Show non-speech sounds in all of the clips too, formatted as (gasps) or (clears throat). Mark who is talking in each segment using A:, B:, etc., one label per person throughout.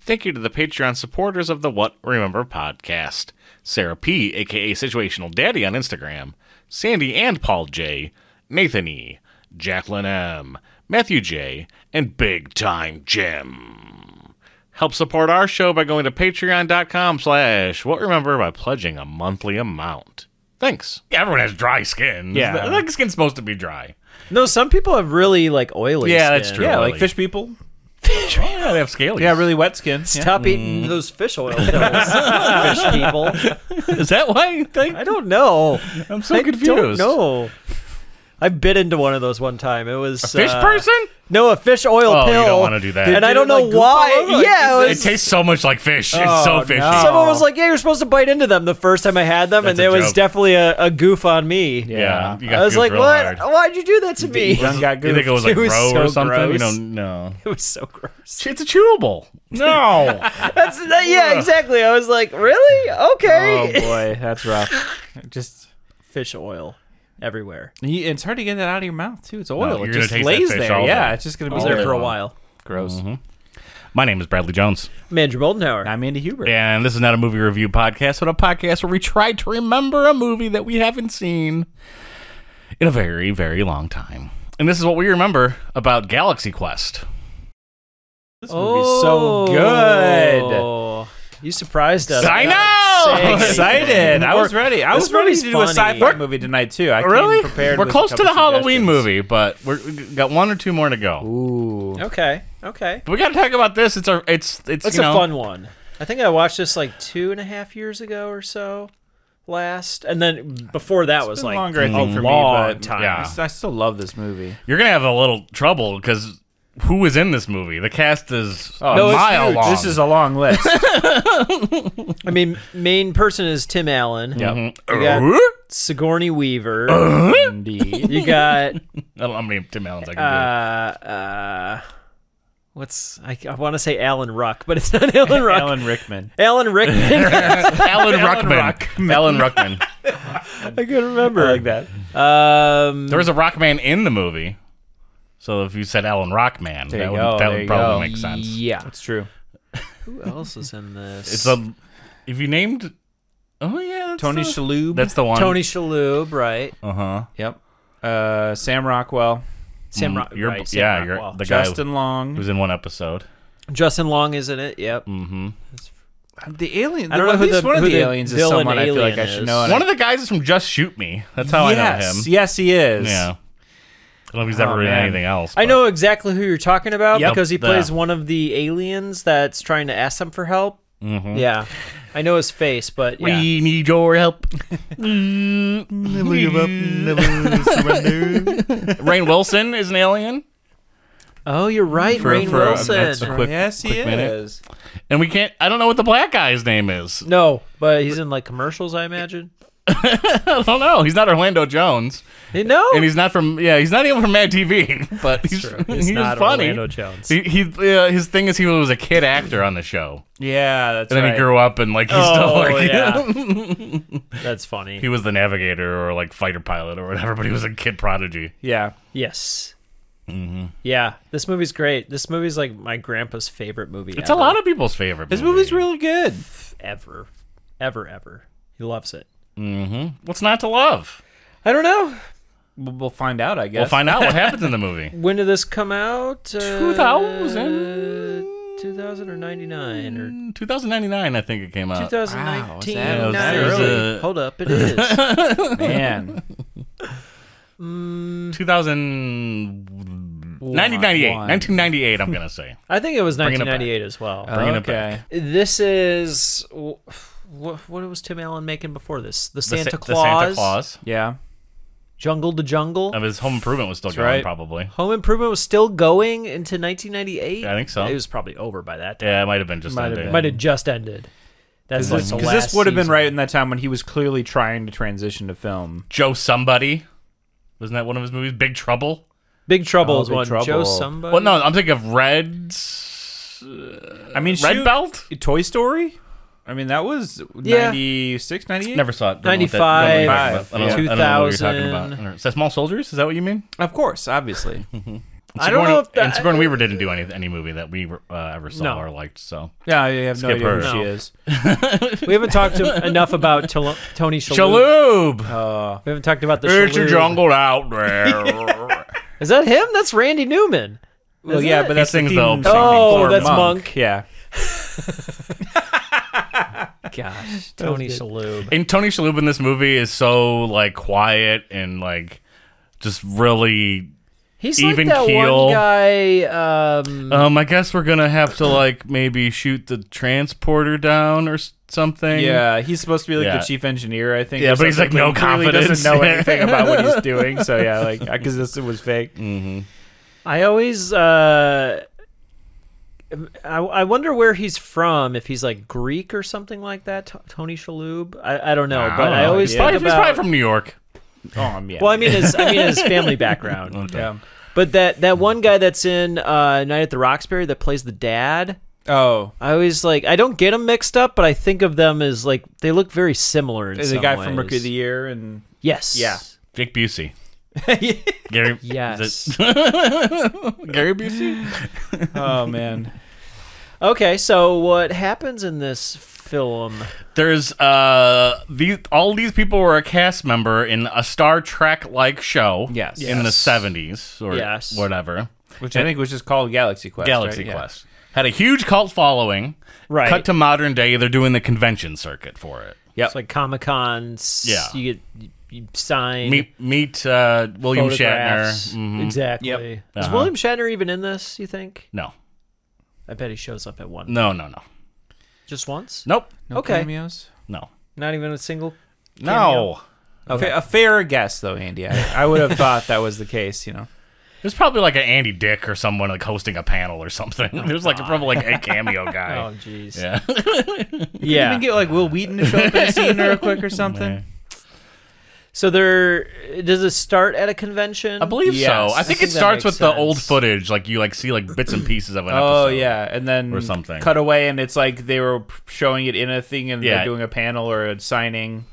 A: Thank you to the Patreon supporters of the What Remember podcast Sarah P., aka Situational Daddy on Instagram, Sandy and Paul J., Nathan E., Jacqueline M., Matthew J., and Big Time Jim. Help support our show by going to patreon.com slash what remember by pledging a monthly amount. Thanks. Everyone has dry skin.
B: Yeah.
A: The, the skin's supposed to be dry.
B: No, some people have really like oily.
A: Yeah,
B: skin.
A: that's true.
C: Yeah,
A: Really.
C: like fish people.
A: Yeah, they have scaly.
C: Yeah, really wet skin. Yeah.
B: Stop eating those fish (laughs) oil pills, Mm. fish people.
A: Is that why you think?
B: I don't know.
A: I'm so
B: I don't
A: confused.
B: know. I bit into one of those one time. It was
A: Fish
B: uh,
A: person?
B: No, a fish oil
A: Oh, you
B: pill.
A: don't wanna do that.
B: And I
C: Did
B: don't
C: it,
B: know
C: like, goop all over?
B: why.
C: Like,
B: Yeah, it
A: It
B: was,
A: tastes so much like fish. it's
C: Oh,
A: so fishy.
C: no.
B: someone was like, "Yeah, you're supposed to bite into them the first time I had them," and
A: That's a
B: there was
A: joke.
B: definitely a, a goof on me.
A: Yeah,
C: Yeah.
A: you got
B: I was
A: goofed
B: like,
A: real
B: "What?
A: hard.
B: Why'd you do that to me?"
C: Young got
A: (laughs) You think it
C: goofed.
A: was like
B: It was
A: row or
B: so
A: something? You
B: gross.
A: don't know.
B: (laughs) It was so gross.
A: It's a chewable. No.
B: That's that, yeah, exactly. I was like, "Really?
C: Oh
B: Okay." (laughs)
C: boy, that's rough. (laughs) Just
B: Fish oil everywhere.
C: you, it's hard to get that out of your mouth too. It's oil.
A: you're
C: it
A: gonna
C: just
A: taste that
C: lays
A: fish
C: there.
A: all
C: Oh, Yeah,
A: day. Oh,
C: it's just gonna be
B: It was
C: there
B: there for a
C: long.
B: while.
C: Gross.
A: (laughs) My name is Bradley Jones,
B: I'm Andrew Moldenhauer.
C: I'm Andy Huber.
A: and this is not a movie review podcast, but a podcast where we try to remember a movie that we haven't seen in a very, very long time. And this is what we remember about Galaxy Quest.
C: This movie's so good.
B: Oh. You surprised us.
A: I
B: I'm
A: know!
C: (laughs)
B: sick.
C: Excited! I was
B: We're-
C: ready. I
B: this
C: was ready
B: movie's
C: to do a
B: funny.
C: sci-fi
B: We're-
C: movie tonight too. I
A: Oh, Really?
C: came prepared.
A: We're
C: with a
A: close to
C: couple
A: the Halloween
C: suggestions.
A: movie, but we're, we got one or two more to go.
C: Ooh.
B: Okay. Okay.
A: But we got to talk about this. It's our. It's it's.
B: That's
A: you know,
B: a fun one. I think I watched this like two and a half years ago or so last, and then before that was
C: been
B: like
C: longer, I
B: a
C: think, for me,
B: long
C: but-
B: time.
A: Yeah.
C: I s- I still love this movie.
A: You're gonna have a little trouble because who is in this movie? The cast is a
C: it's
A: mile
C: huge.
A: long.
C: Oh, This is
A: (laughs)
C: a long list.
B: I mean, main person is Tim Allen.
C: Yep. Uh-huh.
A: Mhm.
B: You got-
A: Uh,
B: Sigourney Weaver.
C: (laughs) Indeed.
B: You got
A: I don't know how many Tim Allens I
B: uh,
A: can
B: uh, what's I, I want to say Alan Ruck, but it's not (laughs) Alan Ruck. Alan,
C: Alan Rickman.
A: (laughs)
B: Rickman.
A: do.
C: (laughs)
A: Alan Ruckman.
C: Uh, Ruckman.
A: Alan Ruckman.
C: I can remember like that.
B: um,
A: There was a Rockman in the movie, so if you said Alan Rockman,
C: There
A: that
C: you
A: would,
C: go,
A: that
C: there
A: would
C: you
A: probably
C: go.
A: make sense.
B: yeah.
C: It's true.
B: Who else is in this?
A: It's a. If you named. Oh yeah, that's
C: Tony
A: The,
C: Shalhoub.
A: that's the one.
B: Tony Shalhoub, right?
A: Uh huh.
C: Yep. Uh, Sam Rockwell.
B: Sam Rock,
A: You're,
B: right, Sam
A: yeah, you're
B: Rockwell.
A: the guy
C: Justin
A: who
C: Long.
A: was in one episode.
B: Justin Long is in it. Yep.
A: Mm-hmm.
C: Uh, The alien.
B: I don't know
C: at
B: who
C: least
B: the-
C: one of
B: who
C: the,
B: the
C: aliens is
B: villain
C: someone I feel like
B: alien
C: I should
B: is.
C: know. and
A: One
C: I-
A: of the guys is from Just Shoot Me. That's how
C: yes,
A: I know him.
C: Yes, he is.
A: Yeah. I don't know if he's ever
C: Oh,
A: in
C: man.
A: anything else.
B: I
A: but-
B: know exactly who you're talking about
A: Yep.
B: because he
A: The-
B: plays one of the aliens that's trying to ask them for help.
A: Mhm.
B: Yeah, I know his face, but yeah.
A: We need your help. never give up, never (laughs) surrender. Rain Wilson is an alien,
B: oh, you're right,
A: For-
B: Rain
A: for-
B: Wilson.
A: that's a quick-
C: yes, he
A: quick minute.
C: is.
A: and we can't. I don't know what the black guy's name is. (laughs)
B: no, but he's in like commercials, I imagine.
A: I don't know. He's not Orlando Jones,
B: No,
A: and he's not from. Yeah, he's not even from Mad TV. But he's, he's funny.
B: Orlando Jones.
A: (laughs) He, he uh, his thing is he was a kid actor on the show,
C: Yeah, that's
A: and then
C: right.
A: he grew up and like he's still
B: Oh
A: like
B: yeah, that's
A: (laughs)
B: funny.
A: he was the navigator or like fighter pilot or whatever, but he was a kid prodigy.
C: Yeah.
B: Yes.
A: Mm-hmm.
B: Yeah, this movie's great. This movie's like my grandpa's favorite movie.
A: It's a lot of people's favorite.
C: This movie's really good.
B: ever, ever, ever. He loves it.
A: What's not to love?
B: I don't know.
C: We'll we'll find out, I guess.
A: We'll
C: (laughs)
A: find out what happens in the movie.
B: When did this come out? Uh,
A: 2000?
B: 2000 or 99 or
A: 2099, I think it came out.
B: 2019.
C: that- was
B: Not
C: that
B: early.
A: early?
B: Hold up, it is.
A: (laughs)
C: Man.
A: 2000. 1998.
C: one.
A: 1998, I'm going to say.
B: I think it was
A: it back.
B: 1998 as well.
A: Bringing it
C: okay.
B: this is what, what was Tim Allen making before this? The
A: The Sa-
B: (laughs) Santa
A: the
B: Claus,
A: Santa Claus. Um,
C: Yeah.
B: Jungle to Jungle.
A: Of his home improvement was still going,
C: right.
A: probably.
B: Home Improvement was still going into 1998.
A: I think so.
B: It was probably over by that time.
A: Yeah, it might have been just
C: Might have
A: ending.
C: been.
B: Might have just ended. That's like
C: Because
B: the
C: this,
B: last
C: would have been
B: season.
C: right in that time when he was clearly trying to transition to film.
A: Joe Somebody. Wasn't that one of his movies? Big Trouble?
B: Big Trouble
C: Oh,
B: is
C: Big
B: one.
C: Trouble.
B: Joe somebody.
A: Well, no, I'm thinking of Red's.
C: I mean,
A: Red
C: shoot,
A: Belt?
C: Toy Story? I mean, that was
B: Yeah.
C: 96, 98?
A: Never saw it. Don't know what that-
B: 95,
A: don't know what you're talking about. I don't know- I don't know what you're talking
B: 2000.
A: about. I don't know. Is that Small Soldiers? Is that what you mean?
C: Of course, obviously.
B: I don't
A: Sigourney-
B: know if that-
A: and Sigourney Weaver didn't do any any movie that we uh, ever saw
B: No.
A: or liked. So
C: Yeah, I have no
A: Skip
C: idea who
A: her.
C: she is.
B: We haven't
A: (laughs)
B: talked to, enough about Tol- Tony Shalhoub.
A: Shaloob,
C: Uh,
B: We haven't talked about the
A: it's a
B: Shalhoub.
A: jungle out there.
B: Is that him? That's Randy Newman.
C: well,
B: Is
C: yeah,
B: it?
C: but that's the
A: sings
C: theme
A: the
C: song
A: opening
B: Oh,
C: for
B: that's Monk.
C: Yeah,
B: Gosh, Tony Shalhoub.
A: and Tony Shalhoub in this movie is so like quiet and like just really.
B: He's
A: Even
B: like that
A: keel.
B: one guy. Um,
A: Um, I guess we're gonna have to like maybe shoot the transporter down or s- something.
C: yeah. He's supposed to be like
A: Yeah.
C: the chief engineer, I think.
A: Yeah,
C: or
A: but he's,
C: something,
A: like, no
C: he clearly
A: confidence.
C: (laughs) Doesn't know anything about what he's doing. So yeah, like because this was fake.
B: I always. Uh, I, I wonder where he's from. If he's like Greek or something like that, T- Tony Shalhoub. I, I don't know,
A: I
B: but
A: don't
B: I
A: know.
B: always
A: he's
B: think
A: probably, he's
B: about.
A: probably from New York.
C: Um, yeah.
B: well, I mean his I mean his family background.
C: yeah.
B: But that that one guy that's in uh, Night at the Roxbury that plays the dad.
C: Oh,
B: I always like I don't get them mixed up, but I think of them as like they look very similar. In
C: the
B: some
C: guy from
B: ways.
C: Rookie of the Year (laughs) and
B: Yes.
C: Yeah.
A: Dick Busey. Gary. is
B: (laughs) Yes.
A: it (laughs) Gary Busey.
C: oh man,
B: okay. So what happens in this film?
A: There's uh these all these people were a cast member in a Star Trek like show.
C: Yes.
A: In the
C: Yes.
A: seventies or
B: Yes.
A: whatever.
C: which I think was just called Galaxy Quest.
A: Galaxy
C: right? Yeah.
A: Quest. Had a huge cult following.
B: Right.
A: Cut to modern day, they're doing the convention circuit for it.
C: Yep.
B: It's like Comic Cons.
A: Yeah.
B: You get you, you sign
A: Meet meet uh, William Shatner.
B: photographs.
A: Mhm.
B: Exactly.
C: Yep.
B: Is
A: Uh-huh.
B: William Shatner even in this? You think?
A: No,
B: I bet he shows up at one.
A: no, no, no.
B: Just once.
A: Nope.
C: no
B: okay.
C: cameos.
A: No.
B: Not even a single.
A: No.
C: Fa- A fair guess, though, Andy. I, I would (laughs) have thought that was the case. You know,
A: There's probably like an Andy Dick or someone like hosting a panel or something. (laughs) There's like probably like a
C: (laughs)
A: cameo
B: Oh
A: guy.
B: jeez.
A: Yeah.
B: Yeah.
C: even get like Will Wheaton to show up in a scene real quick (laughs) or something.
B: So there does it start at a convention?
A: I believe
C: Yes.
A: so. I think
B: I
A: it
B: think that
A: starts with the
B: makes
A: old
B: sense.
A: footage, like you like see like bits and pieces of an episode.
C: Oh yeah, and then
A: Or something.
C: cut away, and it's like they were p- showing it in a thing, and
A: Yeah.
C: they're doing a panel or a signing.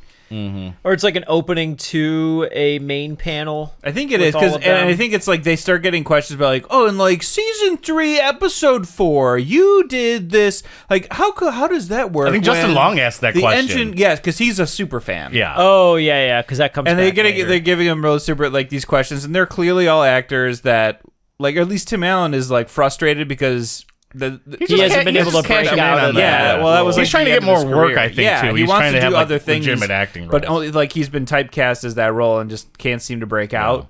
B: or it's like an opening to a main panel.
C: I think it
B: With
C: is
B: all
C: 'cause
B: of
C: because, and I
B: them.
C: think it's like they start getting questions about like, oh, in like season three, episode four, you did this. Like, how co- how does that work?
A: I think Justin
C: when
A: Long asked that
C: the
A: question.
C: Engine, yes, because he's a super fan.
A: Yeah.
B: Oh yeah, yeah, because that comes.
C: and they're
B: back
C: getting
B: later.
C: they're giving him real super like these questions, and they're clearly all actors that like or at least Tim Allen is like frustrated because the, the-
B: just hasn't been able to break out of
C: Yeah, well, that was
A: he's
C: like
A: trying
C: the
A: to get
C: end of
A: more
C: his
A: work.
C: career.
A: I think
C: yeah,
A: too.
C: He
A: He's
C: wants
A: trying
C: to,
A: have
C: do
A: like,
C: other things,
A: legitimate acting.
C: but
A: roles.
C: only like he's been typecast as that role and just can't seem to break out.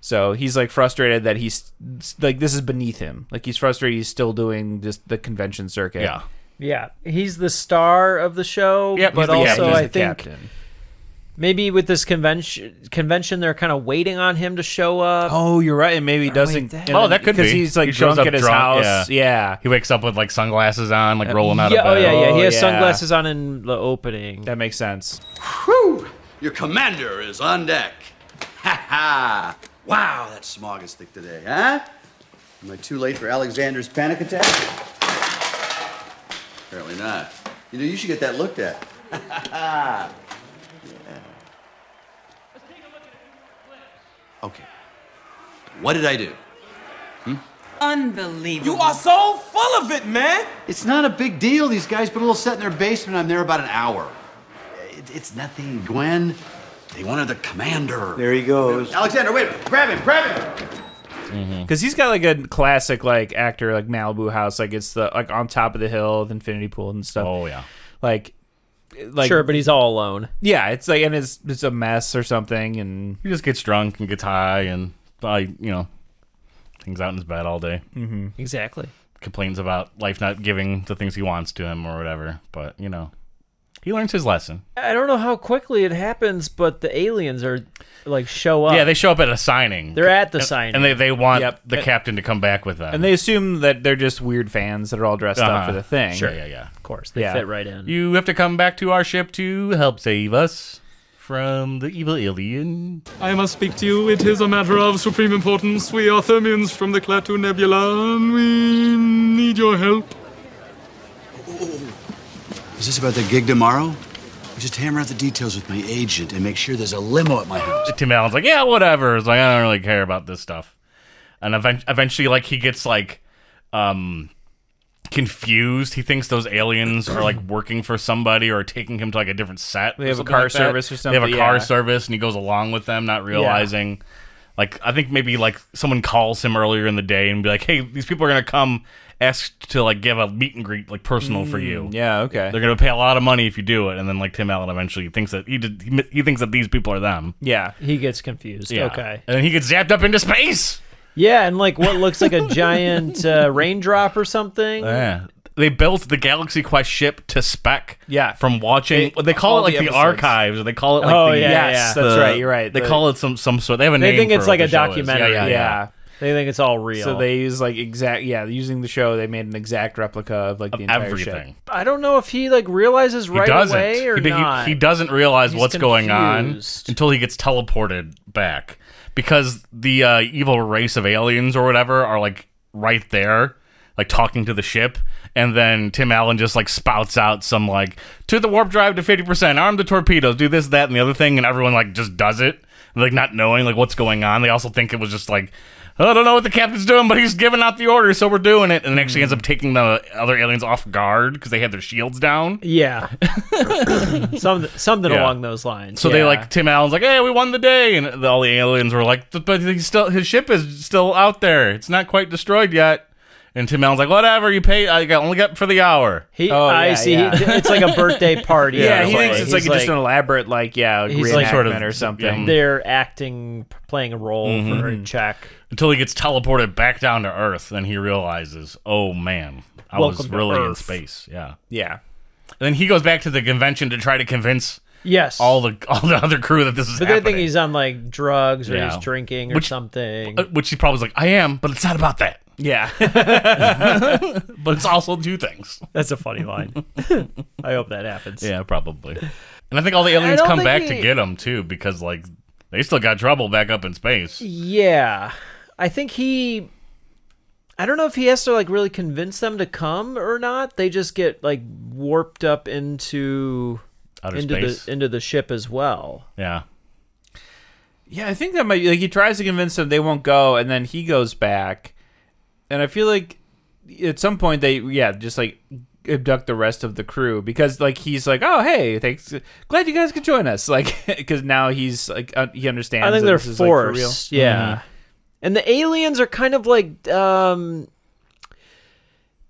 C: So he's like frustrated that he's like this is beneath him. Like he's frustrated he's still doing just the convention circuit.
A: yeah.
B: Yeah, he's the star of the show.
A: Yep, he's
B: but
A: the
B: also
A: captain.
C: he's
B: I
C: the
B: think
C: captain.
B: maybe with this convention convention they're kind of waiting on him to show up.
C: Oh, you're right, and maybe he doesn't.
B: that-
C: and
A: Oh,
C: then-
A: that could
C: because
A: be.
C: he's like
A: He shows
C: drunk
A: up
C: at his
A: drunk,
C: house. yeah.
A: He wakes up with like sunglasses on, like rolling out
B: yeah,
A: of
B: oh
A: bed.
B: yeah, yeah. He
C: Oh,
B: has
C: yeah.
B: sunglasses on in the opening.
C: That makes sense.
D: Whew! Your commander is on deck. Ha ha! Wow, that smog is thick today, huh? Am I too late for Alexander's panic attack? Apparently not. You know, you should get that looked at. (laughs) Yeah. Okay. What did I do?
E: Unbelievable.
F: You are so full of it, man.
D: It's not a big deal. These guys put a little set in their basement. I'm there about an hour. It- it's nothing, Gwen. They wanted the commander.
G: There he goes.
D: Alexander, wait! a minute. Grab him! Grab him!
A: Mm.
C: Because he's got like a classic like actor like Malibu house like it's the like on top of the hill, the infinity pool and stuff.
A: Oh yeah.
C: Like, like
B: sure, but he's all alone.
C: yeah, it's like and it's it's a mess or something. And
A: He just gets drunk and gets high and probably you know hangs out in his bed all day.
B: (laughs) Exactly.
A: Complains about life not giving the things he wants to him or whatever. But you know, he learns his lesson.
B: I don't know how quickly it happens, but the aliens are like show up.
A: Yeah, they show up at a signing.
B: They're at the
A: and,
B: signing.
A: and they they want
C: Yep.
A: the captain to come back with them.
C: and they assume that they're just weird fans that are all dressed up
A: Uh-huh.
C: for the thing.
A: Sure, yeah, yeah.
B: of course they
C: Yeah.
B: fit right in.
A: You have to come back to our ship to help save us from the evil alien.
H: I must speak to you. It is a matter of supreme importance. We are Thermians from the Klaatu Nebula, and we need your help.
D: Is this about the gig tomorrow? Just hammer out the details with my agent and make sure there's a limo at my house.
A: Tim Allen's like, yeah, whatever. It's like I don't really care about this stuff. and event- eventually like he gets like um confused. He thinks those aliens are like working for somebody or taking him to like a different set. They
C: have a car service or
A: They have
C: something,
A: a car
C: yeah.
A: service, and he goes along with them, not realizing. Like I think maybe like someone calls him earlier in the day and be like, "Hey, these people are gonna come ask to like give a meet and greet like personal for you.
C: Mm, Yeah, okay.
A: They're gonna pay a lot of money if you do it." And then like Tim Allen eventually thinks that he did, he, mi- he thinks that these people are them.
C: yeah.
B: He gets confused.
A: Yeah.
B: Okay.
A: and then he gets zapped up into space.
B: Yeah, and like what looks
A: (laughs)
B: like a giant uh, raindrop or something.
A: Yeah. They built the Galaxy Quest ship to spec.
C: Yeah.
A: From watching,
C: They-
A: they, call it
C: all
A: like
C: the
A: the,
C: episodes.
A: archives, or they call it like
B: Oh,
A: the uh,
B: yeah, yeah,
C: Yes,
B: yeah.
C: that's
A: the-
C: right. You're right.
A: They
C: The-
A: call it some some sort. They have a
B: They
A: name.
B: think
A: for
B: it's
A: what
B: like
A: the
B: a
A: show is.
B: documentary.
A: Yeah, yeah, yeah.
C: yeah.
B: They think it's all real.
C: So they use like exact yeah using the show they made an exact replica of like the entire
A: Everything.
C: ship.
B: I don't know if he like realizes
A: He
B: right
A: doesn't.
B: away or
A: he, he-
B: not.
A: He, doesn't realize
B: He's
A: what's going on
B: confused.
A: until he gets teleported back because the uh, evil race of aliens or whatever are like right there, like talking to the ship, and then Tim Allen just like spouts out some like to the warp drive to fifty percent, arm the torpedoes, do this, that, and the other thing, and everyone like just does it, like not knowing like what's going on. They also think it was just like. "Oh, I don't know what the captain's doing, but he's giving out the order, so we're doing it. And it actually ends up taking the other aliens off guard because they had their shields down.
B: Yeah.
C: (coughs)
B: Some, something
A: Yeah.
B: along those lines.
A: So they
B: yeah.
A: like Tim Allen's like, "Hey, we won the day," and the- all the aliens were like, "But he's still his ship is still out there. It's not quite destroyed yet." And Tim Allen's like, "Whatever, you pay. I got only got for the hour."
B: he,
C: Oh,
B: I
C: yeah,
B: see.
C: yeah.
B: He- it's like a birthday
C: (laughs)
B: party.
C: Yeah,
A: Yeah,
C: he
A: so
C: thinks
A: like-
C: it's
B: He's
C: like, just an elaborate like yeah like,
B: He's
C: reenactment
B: like-
A: Sort of-
C: or
A: um,
C: something.
B: they're acting, playing a role for
A: Mm-hmm.
B: a check.
A: Until he gets teleported back down to Earth, then he realizes, "Oh man, I
B: Welcome
A: was
B: to
A: really in
B: Earth."
A: space." Yeah.
C: Yeah,
A: And then he goes back to the convention to try to convince
B: Yes.
A: all the (laughs) all the other crew that this is.
B: but they
A: happening.
B: think he's on like drugs or
A: Yeah.
B: he's drinking or
A: Which-
B: something.
A: Uh, which he probably was like, "I am," but it's not about
B: (laughs)
A: that. (laughs)
C: yeah.
A: But it's also two things.
B: That's a
A: (laughs)
B: funny line. I hope that happens.
A: Yeah, probably. And I think all the aliens
B: don't
A: come
B: think
A: back
B: he-
A: to get him too, because like they still got trouble back up in space.
B: Yeah. I think he I don't know if he has to like really convince them to come or not. They just get like warped up into
A: Outer
B: into
A: space.
B: the into the ship as well.
A: Yeah,
C: Yeah, I think that might like he tries to convince them they won't go, and then he goes back, and I feel like at some point they yeah just like abduct the rest of the crew because like he's like oh hey thanks glad you guys could join us (laughs) like because now he's like uh, he understands
B: I think
C: that
B: they're
C: this is, like, for real.
B: forced. Mm-hmm. Yeah.
A: Mm-hmm.
B: And the aliens are kind of like um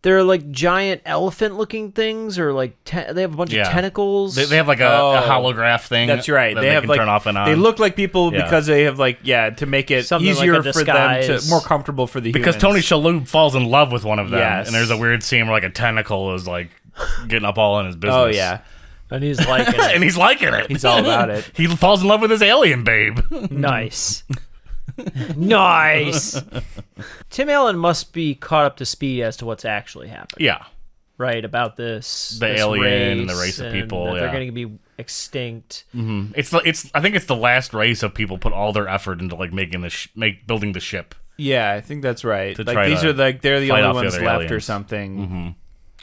B: they're like giant elephant looking things or like te- they have a bunch
A: Yeah.
B: of tentacles.
A: they, they have like a, a
C: Oh.
A: holograph thing.
C: That's right.
A: that
C: They, have
A: can
C: like
A: turn off and on.
C: they look like people
A: Yeah.
C: because they have like yeah to make it
B: Something like
C: easier
B: a
C: for them to
B: disguise.
C: more comfortable for the
A: because Tony
C: humans.
A: Shalhoub falls in love with one of them,
C: Yes.
A: and there's a weird scene where like a tentacle is like getting up all in his business.
C: Oh yeah,
B: and he's like
A: (laughs) and he's liking it.
C: he's all about it.
A: (laughs) he falls in love with his alien babe. (laughs)
B: Nice. (laughs) nice. Tim Allen must be caught up to speed as to what's actually happening,
A: yeah,
B: right? About this
A: The
B: this
A: alien
B: race
A: and the race of
B: and
A: people,
B: that
A: yeah.
B: They're going to be extinct.
A: it's the- it's. I think it's the last race of people put all their effort into like making the sh- make building the ship.
C: Yeah, I think that's right.
A: try
C: Like these
A: to
C: are like they're the
A: fight
C: only
A: off the
C: ones
A: other
C: left or
A: aliens. Mm-hmm.
C: something.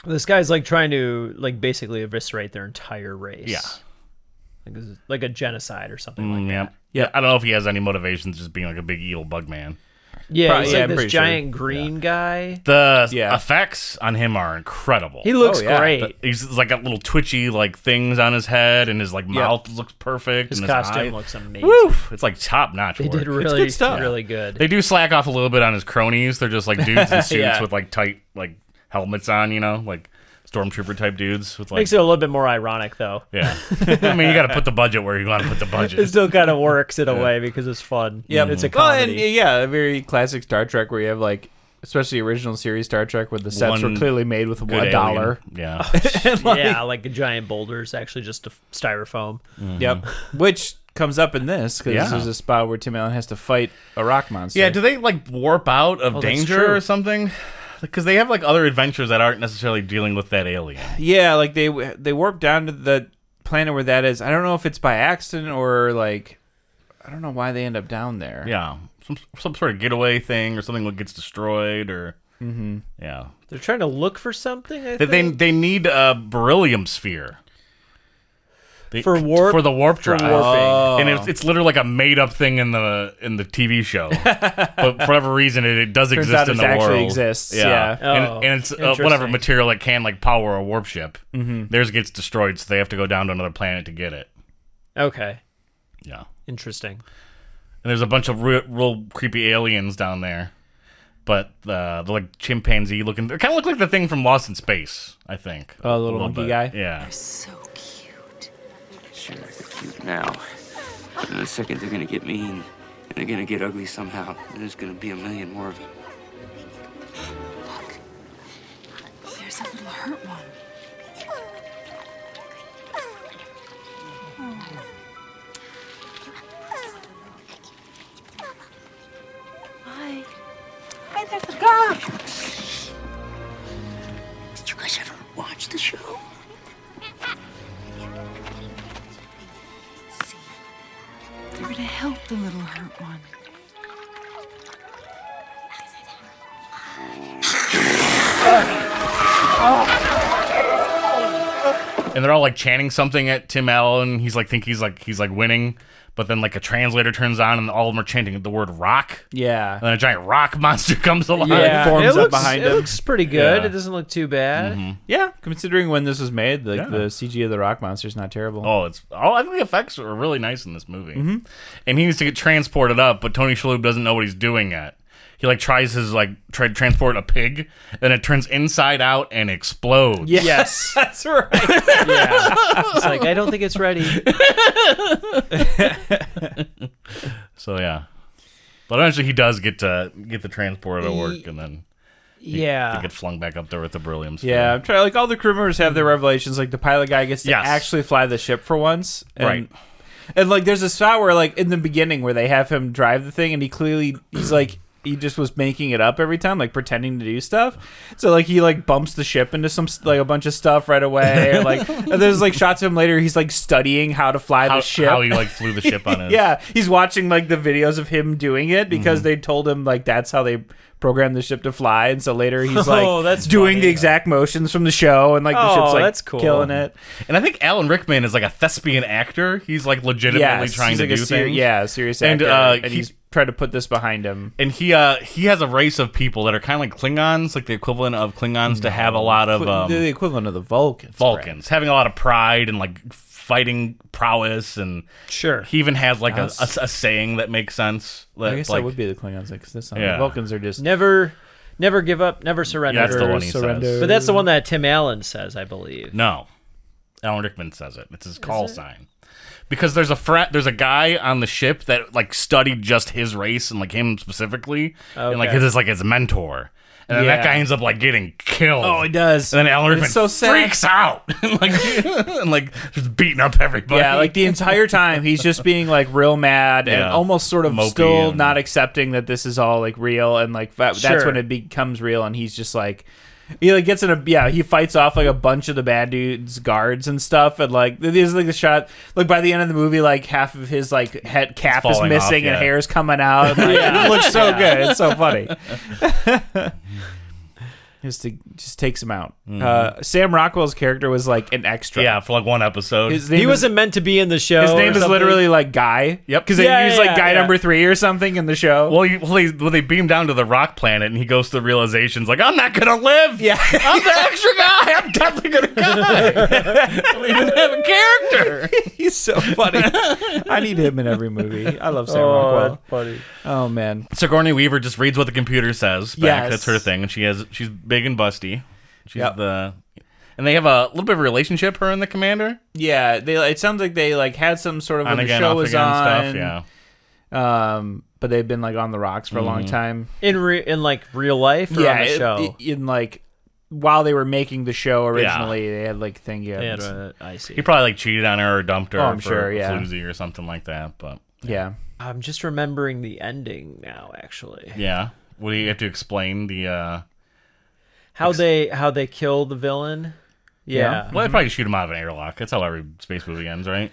B: This guy's like trying to like basically eviscerate their entire race.
A: Yeah.
B: Like, this is- like a genocide or something
C: Mm.
B: like
A: Yeah, yeah. I don't know if he has any motivations, just being like a big evil bug man.
B: that. Yeah,
C: Probably-
B: he's
C: yeah,
B: like
C: I'm
B: this
C: pretty sure.
B: giant green guy.
A: The
C: Yeah.
A: effects on him are incredible.
B: He looks
C: yeah.
B: great.
A: He's like got little twitchy like things on his head, and his like mouth looks perfect.
B: His
A: and
B: costume
A: eye-
B: looks amazing.
A: Woo! (sighs) It's like top notch.
B: They
A: work.
B: did really,
C: good stuff.
B: really good.
A: They do slack off a little bit on his cronies. They're just like dudes in
B: (laughs)
A: suits
C: Yeah.
A: with like tight like helmets on. You know, like stormtrooper type dudes with like.
B: Makes it a little bit more ironic, though. (laughs)
A: yeah, I mean, you got to put the budget where you want to put the budget.
B: It still kind of works
C: (laughs)
B: in a way because it's fun. Yeah, it's a
C: Mm. Well,
B: comedy.
C: and yeah, a very classic Star Trek where you have like, especially original series Star Trek, where the sets
A: One
C: were clearly made with
A: Good
C: one
A: alien.
C: dollar.
A: Yeah,
B: (laughs) yeah, like giant boulders, actually just a f- styrofoam.
C: Yep, Mm-hmm. which comes up in this because
A: Yeah.
C: there's a spot where Tim Allen has to fight a rock monster.
A: yeah. Do they like warp out of
C: Oh, that's
A: danger
C: true.
A: or something? Because they have like other adventures that aren't necessarily dealing with that alien.
C: yeah, like they they warp down to the planet where that is. I don't know if it's by accident or like, I don't know why they end up down there.
A: Yeah, some some sort of getaway thing or something that gets destroyed or
C: Mm-hmm.
A: yeah.
B: They're trying to look for something. I
A: They, they
B: think.
A: they need a beryllium sphere. The-
B: For warp-
A: for the warp drive,
B: warping. Oh.
A: and it's, it's literally like a made up thing in the in the TV
B: (laughs)
A: show, but for whatever reason it, it does exist
C: out
A: in
C: it
A: the
C: actually
A: world.
C: exists,
B: yeah. Oh,
A: and, and it's uh, whatever
B: interesting.
A: material it can like power a warp ship. Mm-hmm. Theirs gets destroyed, so they have to go down to another planet to get it.
B: Okay.
A: Yeah,
B: Interesting.
A: and there's a bunch of real, real creepy aliens down there, but uh, they're like chimpanzee looking. They kind of look like the thing from Lost in Space, I think.
C: Oh, the little monkey guy?
A: Yeah,
E: So cute.
G: Sure, they're cute now. In a second, they're gonna get mean, and they're gonna get ugly somehow. And there's gonna be a million more of them.
E: Look, there's a little hurt one. Hi. Hi, there's a dog.
G: Did you guys ever watch the show?
E: See, they're gonna help the little hurt one.
A: and they're all like chanting something at Tim Allen. He's like think he's like he's like winning, but then like a translator turns on, and all of them are chanting the word rock.
C: Yeah.
A: And then a giant rock (laughs) monster comes alive.
C: Yeah. forms
B: it
C: up
B: looks,
C: behind
B: it
C: him. Mm-hmm.
B: looks pretty good.
A: Yeah.
B: It doesn't look too bad.
C: Yeah, considering when this was made, like
A: Yeah.
C: the CG of the Rock Monster is not terrible.
A: Oh, it's all. I think the effects are really nice in this movie.
C: Mm-hmm.
A: And he needs to get transported up, but Tony Shalhoub doesn't know what he's doing yet. He like tries his like try to transport a pig, then it turns inside out and explodes.
C: Yes, (laughs) that's right.
B: It's like I don't think it's
C: (laughs)
B: ready.
A: So yeah, but eventually he does get to get the transporter to work, and then
B: yeah.
A: they get flung back up there with the beryllium. sphere.
C: Ah. Yeah, I'm trying. Like all the crew members have their revelations. Like the pilot guy gets to
A: Mm-hmm. Yes.
C: actually fly the ship for once, and,
A: Right.
C: And like there's a spot where like in the beginning where they have him drive the thing, and he clearly he's like he just was making it up every time, like pretending to do stuff. So like he like bumps the ship into some like a bunch of stuff
A: (laughs)
C: right away. Or, like and there's like shots of him later. He's like studying how to fly
A: how,
C: the ship.
A: how he like flew the
C: (laughs)
A: ship on his
C: yeah, he's watching like the videos of him doing it because
A: Mhm.
C: they told him like that's how they programmed the ship to fly, and so later
A: (laughs)
C: he's like
B: Oh, that's
C: doing
B: funny.
C: the exact motions from the show, and like the
B: Oh,
C: ship's like
B: that's cool.
C: killing it.
A: And I think Alan Rickman is like a thespian actor. He's like legitimately
C: Yes,
A: trying
C: he's,
A: to
C: like,
A: do
C: a ser-
A: things.
C: Yeah, serious
A: And,
C: actor,
A: uh,
C: and
A: he-
C: he's trying to put this behind him.
A: And he uh he has a race of people that are kind of like Klingons, like the equivalent of Klingons to have a lot of um,
C: They're the equivalent of the Vulcans. Brad.
A: Vulcans, having a lot of pride and like fighting prowess, and
B: Sure.
A: he even has like a,
C: Yes.
A: a- a saying that makes sense. That,
C: I guess
A: like,
C: that would be the Klingons because that's not
A: Yeah.
C: the Vulcans are just
B: Never, never give up. Never surrender.
A: Yeah, that's the one he
C: surrender.
A: says.
B: But that's the one that Tim Allen says, I believe.
A: No, Alan Rickman says it. It's his call sign. Because there's a frat, there's a guy on the ship that like studied just his race and like him specifically, and like
B: Okay.
A: his is like his mentor, and then that
C: Yeah.
A: guy ends up like getting killed.
C: Oh, he does.
A: And then Alan Rickman
C: It's so sad.
A: freaks out (laughs) and like and like just beating up everybody.
C: Yeah,
A: (laughs)
C: like the entire time he's just being like real mad and
A: Yeah.
C: almost sort of
A: Mopey
C: still
A: and-
C: not accepting that this is all like real and like fa- that's
B: Sure.
C: when it becomes real and he's just like he like gets in a yeah he fights off like a bunch of the bad dudes guards and stuff and like there's like the shot like by the end of the movie like half of his like head cap is
A: falling
C: missing
A: off,
C: and
A: yeah.
C: hair's coming out and, like,
A: (laughs)
C: it looks so good it's so funny just to, just takes him out uh, Sam Rockwell's character was like an extra
A: Mm-hmm. yeah, for like one episode.
C: his name
B: He
C: is-
B: wasn't meant to be in the show.
C: his
B: or
C: name is
B: something.
C: literally like Guy. Yep. Because they
B: Yeah,
C: use
B: yeah,
C: like Guy
B: yeah.
C: number three or something in the show.
A: well, you, well, they, well, they beam down to the rock planet, and he goes to the realizations like, "I'm not gonna live.
C: Yeah.
A: I'm the extra guy. I'm definitely
C: (laughs)
A: gonna die. I don't even have a character."
C: (laughs) he's so funny. I need him in every movie. I love Sam
B: Oh,
C: Rockwell.
B: that's funny.
C: Oh man.
A: Sigourney Weaver just reads what the computer says. Back.
C: Yes.
A: That's her thing, and she has she's big and busty. She's
C: Yep.
A: the and they have a little bit of a relationship, her and the commander.
C: Yeah, they. It sounds like they like had some sort of
A: On
C: when the
A: again,
C: show
A: off
C: was
A: again
C: on.
A: stuff. Yeah.
C: Yeah. Um, but they've been like on the rocks for a long time.
B: in re- in like real life or on the
C: it-
B: show.
C: it- in like while they were making the show originally, they had like thing. Yeah.
B: Yeah,
C: it's-
B: uh, I see.
A: He probably like cheated on her or dumped her
C: Oh, I'm
A: for
C: sure, yeah.
A: floozy or something like that. But
C: yeah.
B: I'm just remembering the ending now. Actually,
A: yeah, what do you have to explain the? uh
B: how they how they kill the villain. Yeah.
C: (laughs)
A: Well, they probably shoot him out of an airlock. That's how every space movie ends, right?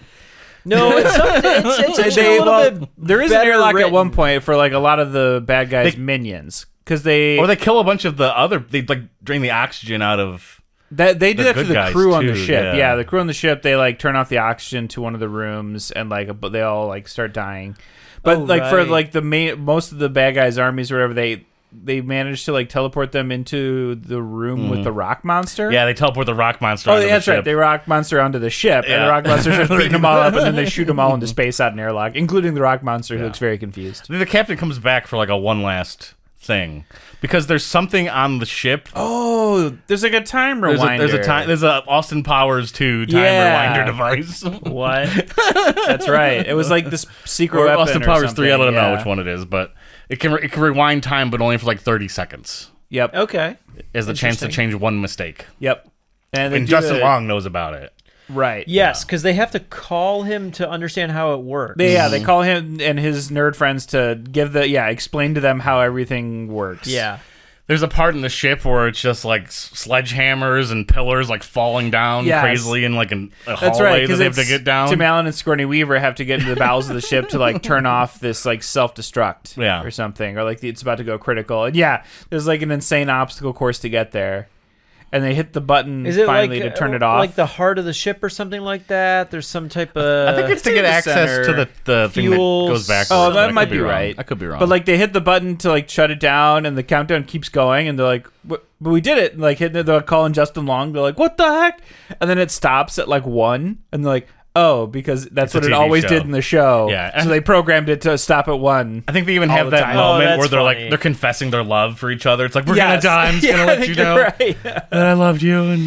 B: No, it's it's, it's actually
C: (laughs) They-
B: a little
C: well,
B: (laughs) bit.
C: there is an
B: better
C: airlock at one
B: written.
C: point for like a lot of the bad guys'
A: They-
C: minions because they
A: Or they kill a bunch of the other. They like drain the oxygen out of
C: That they do
A: They're
C: that to
A: good
C: the
A: guys,
C: crew on the
A: too,
C: ship.
A: yeah.
C: Yeah. the crew on the ship. They like turn off the oxygen to one of the rooms, and like but they all like start dying. But
B: Oh,
C: like for
B: right.
C: like the main most of the bad guys' armies or whatever, they they manage to like teleport them into the room with the rock monster.
A: Yeah, they teleport the rock monster.
C: Oh,
A: onto
C: yeah,
A: the
C: that's right.
A: ship.
C: They rock monster onto the ship, and
A: Yeah.
C: the rock monster starts beating them all up, and then they shoot them all into space out an airlock, including the rock monster, who looks very confused.
A: Then the captain comes back for like a one last thing because there's something on the ship.
C: Oh, there's like a time
A: there's,
C: rewinder.
A: a, there's a time. There's a Austin Powers two time
C: Yeah.
A: rewinder
C: (laughs)
A: device. or
B: What?
C: That's right. It
A: (laughs)
C: was like this secret weapon.
A: Austin Powers three. I don't
C: something,
A: know
C: yeah.
A: which one it is, but it can re- it can rewind time, but only for like 30 seconds.
C: Yep.
B: Okay.
A: Is the chance to change one mistake.
C: Yep. And, they
A: And
C: do
A: Justin
C: the-
A: Long knows about it.
C: Right.
B: Yes, because they have to call him to understand how it works.
C: They, yeah,
A: Mm.
C: they call him and his nerd friends to give the yeah, explain to them how everything works.
B: yeah.
A: There's a part in the ship where it's just like s- sledgehammers and pillars like falling down
C: Yes.
A: crazily in like an, a
C: That's
A: hallway
C: right.
A: that
C: Because
A: they have to get down.
C: Tim Allen and Sigourney Weaver have to get into the bowels of the ship to like
A: (laughs)
C: turn off this like self destruct,
A: Yeah.
C: or something, or like it's about to go critical. And yeah, there's like an insane obstacle course to get there, and they hit the button
B: Is it
C: finally
B: like
C: to turn
B: uh,
C: it off.
B: like the heart of the ship or something like that? There's some type of.
A: I think it's Uh, to
C: in
A: get
C: the
A: access to
C: center.
A: the, the thing that
B: Fuels.
A: goes back.
C: Oh,
B: Or
C: that might be, right.
A: I could be wrong.
C: But like they hit the button to like shut it down, and the countdown keeps going, and they're like, "What- "But we did it!" And, like hitting, they're calling Justin Long. They're like, "What the heck?" And then it stops at like one, and they're like, "Oh, because that's
A: It's a
C: what it
A: TV
C: always
A: show.
C: did in the show."
A: Yeah.
C: so they programmed it to stop at one.
A: I think they even
C: all
A: have
C: the
A: that
C: time.
B: Oh,
A: moment
B: that's
A: where they're like
B: funny.
A: they're confessing their love for each other. It's like we're
C: Yes.
A: gonna (laughs) die. I'm just
C: (laughs) Yeah,
A: gonna
C: I
A: let you
C: think
A: know
C: you're right.
A: that I loved you (laughs) and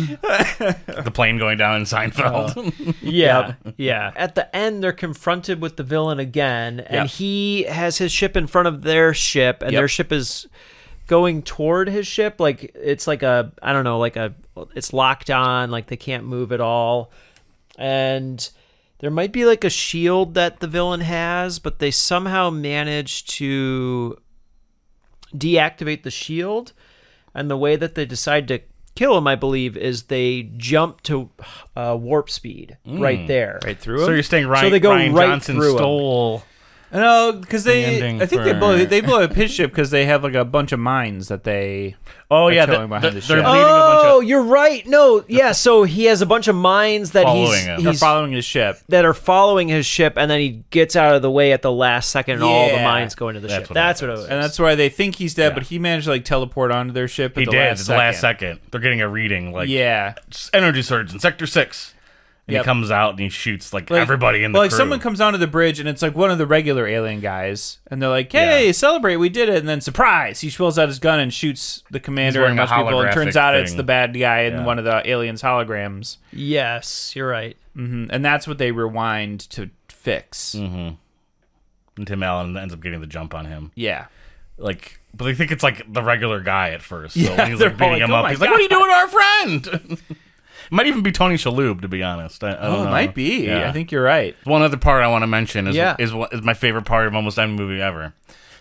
A: the plane going down in Seinfeld.
B: Yeah.
C: (laughs)
B: Yeah. At the end, they're confronted with the villain again, and
A: Yep.
B: he has his ship in front of their ship, and
C: Yep.
B: their ship is going toward his ship. Like, it's like a, I don't know, like a, it's locked on, like they can't move at all. And there might be like a shield that the villain has, but they somehow manage to deactivate the shield. And the way that they decide to kill him, I believe, is they jump to uh, warp speed right there. Right
C: through
A: so you're saying Ryan,
B: they go
A: Ryan
B: right
A: Johnson
B: through 'em.
A: stole?
C: No, because they,
A: ending
C: I think they
A: for-
C: blow they blow up his ship because they have like a bunch of mines that they.
A: Oh
C: They're
A: yeah, the,
C: towing behind
A: the-
C: the ship.
A: they're leading a
B: Oh,
A: bunch of.
B: you're right. No, yeah. So he has a bunch of mines that
A: Following
B: he's,
A: him.
C: They're
B: he's
C: following his ship.
B: that are following his ship, and then he gets out of the way at the last second, and all the
C: Yeah.
B: mines go into the
A: That's
B: ship.
A: what
B: that's what it
A: happens.
B: was.
C: And that's why they think he's dead, but he managed to like teleport onto their ship. At
A: He
C: the
A: did
C: last
A: at the last second. They're getting a reading like
C: Yeah,
A: "S- energy surge in sector six, and he
C: Yep.
A: comes out and he shoots like,
C: Like-
A: everybody in the
C: well, like
A: crew.
C: someone comes onto the bridge and it's like one of the regular alien guys, and they're like, "Hey, celebrate, we did it!" And then surprise, he pulls out his gun and shoots the commander
A: wearing
C: and a bunch
A: a
C: of people. And
A: holographic
C: turns out it's
A: thing.
C: the bad guy in
A: Yeah.
C: one of the aliens' holograms,
B: yes, you're right.
C: Mm, and that's what they rewind to fix.
A: Mm-hmm. and Tim Allen ends up getting the jump on him.
C: Yeah,
A: Like, but they think it's like the regular guy at first. So
C: Yeah,
A: when he's
C: they're
A: like beating
C: all like,
A: him
C: "Oh
A: up,
C: my
A: he's like, "What are you doing, to our friend?" (laughs) might even be Tony Shalhoub, to be honest. I, I don't
C: oh,
A: know.
C: it might be.
A: Yeah.
C: I think you're right.
A: One other part I want to mention is
B: Yeah.
A: is what- is my favorite part of almost any movie ever.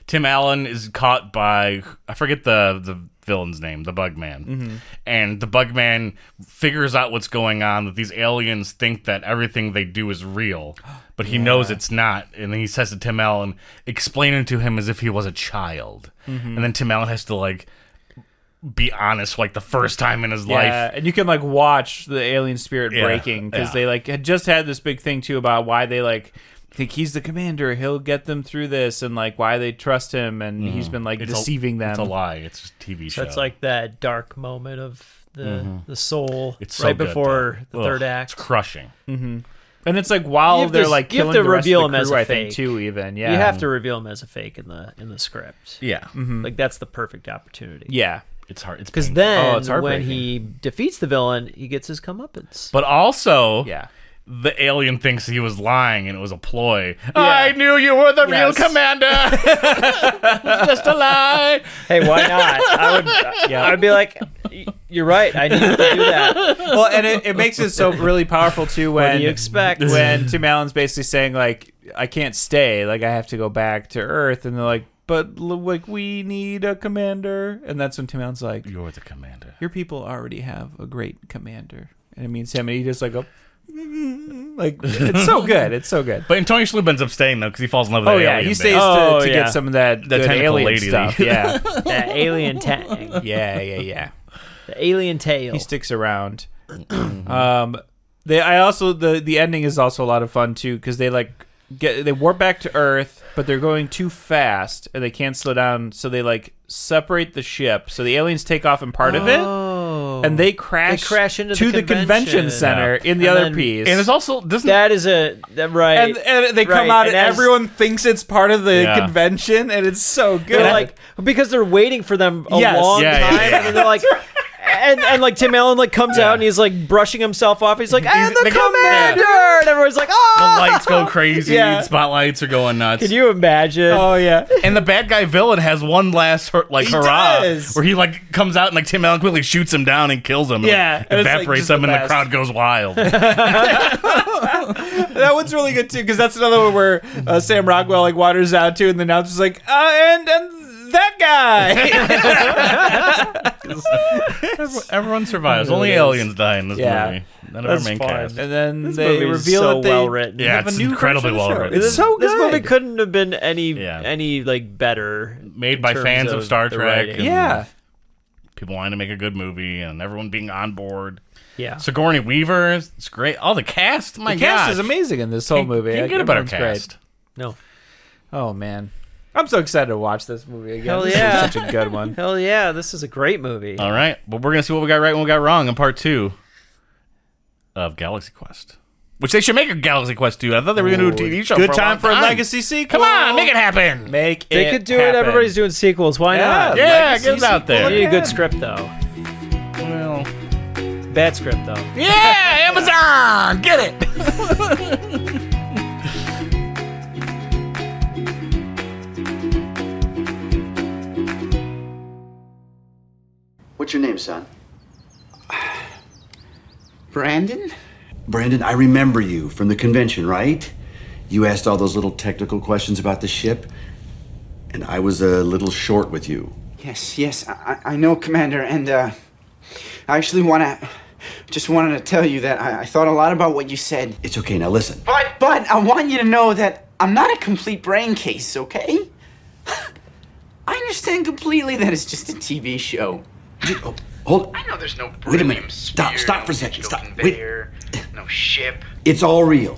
A: Tim Allen is caught by I forget the the villain's name, the Bugman,
B: Mm-hmm.
A: and the Bugman figures out what's going on. That these aliens think that everything they do is real, but
B: (gasps)
A: he knows it's not. And then he says to Tim Allen, explaining to him as if he was a child,
B: Mm-hmm.
A: and then Tim Allen has to like be honest, like the first time in his
C: Yeah,
A: life.
C: and you can like watch the alien spirit
A: Yeah,
C: breaking because
A: yeah.
C: they like had just had this big thing too about why they like think he's the commander, he'll get them through this, and like why they trust him, and he's been like
A: It's a-
C: deceiving them.
A: Mm-hmm. It's a lie. It's just a TV show.
B: So it's like that dark moment of the the soul
A: Mm-hmm. It's so
B: right
A: good,
B: before
A: though.
B: the
A: Ugh,
B: third
A: It's
B: act.
A: crushing.
C: And it's like
B: You
C: while
B: have
C: they're
B: to-
C: like
B: you have
C: killing
B: to
C: the rest
B: reveal
C: of
B: him
C: the
B: as
C: crew,
B: a
C: I think
B: fake.
C: too. Even yeah,
B: You have to reveal him as a fake in the in the script.
A: Yeah, Mm.
B: Like that's the perfect opportunity.
C: Mm-hmm. yeah.
A: it's hard. It's
B: Because
A: painful.
C: Oh,
B: then
C: it's
B: when
C: heartbreaking.
B: he defeats the villain, he gets his comeuppance.
A: But also,
C: Yeah.
A: the alien thinks he was lying and it was a ploy. I knew you were the
C: Yes.
A: real
C: (laughs)
A: commander. Just a lie.
B: Hey, why not? I would.
C: (laughs)
B: Yeah. I'd be like, "Y- you're right. I need to do that.
C: (laughs) well, and it, it makes it so really powerful too when
B: do you expect?
C: (laughs) when Tim Allen's basically saying like I can't stay, like I have to go back to Earth, and they're like, but l- like we need a commander, and that's when Tim Allen's like,
A: You're the commander.
C: your people already have a great commander, and it means him, and he just like go, (laughs) like it's so good, it's so good.
A: But and Tony Shalhoub ends up staying though because he falls in love with.
C: Oh
A: that
C: yeah,
A: alien
C: he
A: bitch.
C: stays
B: Oh,
C: to, to
B: yeah.
C: get some of that
A: The
C: good
A: tentacle
C: alien
A: lady that
C: stuff.
A: he-
C: Yeah,
B: That alien tang.
C: yeah, yeah, yeah.
B: The alien tail.
C: he sticks around. um, they I also the the ending is also a lot of fun too because they like get they warp back to Earth, but they're going too fast and they can't slow down, so they like separate the ship. So the aliens take off in part of it, and they crash
B: Oh. crash into
C: to
B: the
C: the convention,
B: convention.
C: center in the
B: And
C: other
B: then-
C: piece.
I: And it's also doesn't
B: that is a that, right.
C: and, and they come
B: Right,
C: out, and,
B: and as-
C: everyone thinks it's part of the
I: Yeah.
C: convention, and it's so good.
B: they're like because they're waiting for them a
C: Yes.
B: long
I: Yeah, yeah,
B: time,
I: yeah.
B: and then they're like, and, and like Tim Allen like comes out and he's like brushing himself off. He's like, and the
I: they come back.
B: commander, and everyone's
A: (laughs)
B: like,
A: The
B: oh,
A: lights go crazy.
B: Yeah.
A: Spotlights are going nuts.
B: Can you imagine?
C: oh yeah,
A: and the bad guy villain has one last hur- like
C: He
A: hurrah
C: does.
A: where he like comes out and like Tim Allen quickly shoots him down and kills him. and,
C: Yeah,
A: like,
C: and it's, like,
A: evaporates
C: just the
A: him and the
C: best.
A: crowd goes
C: (laughs)
A: wild.
C: that one's really good too because that's another one where uh, Sam Rockwell like waters out too, and the announcer's like, uh, and and that guy.
A: (laughs) Everyone survives. Only aliens die in this
C: Yeah.
A: movie. None of
C: (laughs)
B: That's
A: our main
B: fun.
A: cast.
C: and then
B: This
C: they
B: movie is
C: reveal
B: so
C: that they
B: well written.
A: Yeah,
C: have a
A: it's
C: new
A: incredibly
C: version of the
A: well
C: show.
A: written.
C: It's so good.
B: This movie couldn't have been any
A: Yeah.
B: any like better.
A: Made by
B: terms
A: fans of,
B: of
A: Star
B: the
A: Trek.
B: writing.
A: and
C: yeah,
A: People wanting to make a good movie and everyone being on board.
B: Yeah.
A: Sigourney Weaver, it's great. All the cast, my
C: the cast
A: gosh.
C: is amazing in this whole movie.
A: Can't
C: Like,
A: get a better
C: everyone's
A: cast.
B: no.
C: Great. Oh man, I'm so excited to watch this movie again.
B: Hell
C: This
B: yeah.
C: is such a
A: (laughs)
C: good one.
B: Hell yeah, this is a great movie.
A: All right. But we're going to see what we got right and what we got wrong in part two of Galaxy Quest. Which they should make a Galaxy Quest 2. I thought they were going to do a TV show.
C: good
A: for a
C: time
A: long
C: for a
A: time.
C: legacy
A: Come
C: sequel.
A: on, make it happen.
C: Make
B: they
C: it
B: could do it.
C: happen.
B: Everybody's doing sequels. Why not?
C: Yeah.
A: Yeah,
C: legacy
A: get it out
B: You need
A: there.
B: a good script though.
A: Well,
B: Bad script though.
A: yeah, Amazon, get it.
D: What's your name, son?
G: Brandon?
D: Brandon, I remember you from the convention, right? You asked all those little technical questions about the ship, and I was a little short with you.
G: Yes, yes, I, I I know, Commander, and uh, I actually want to. Just wanted to tell you that I, I thought a lot about what you said.
D: It's okay, now listen.
G: But, but, I want you to know that I'm not a complete brain case, okay? (laughs) I understand completely that it's just a TV show.
D: Oh, hold.
G: I know there's no
D: Wait a minute.
G: beryllium
D: Stop-
G: sphere,
D: stop for a
G: no
D: second.
G: digital
D: Stop. Wait.
G: Conveyor, no ship.
D: It's all real.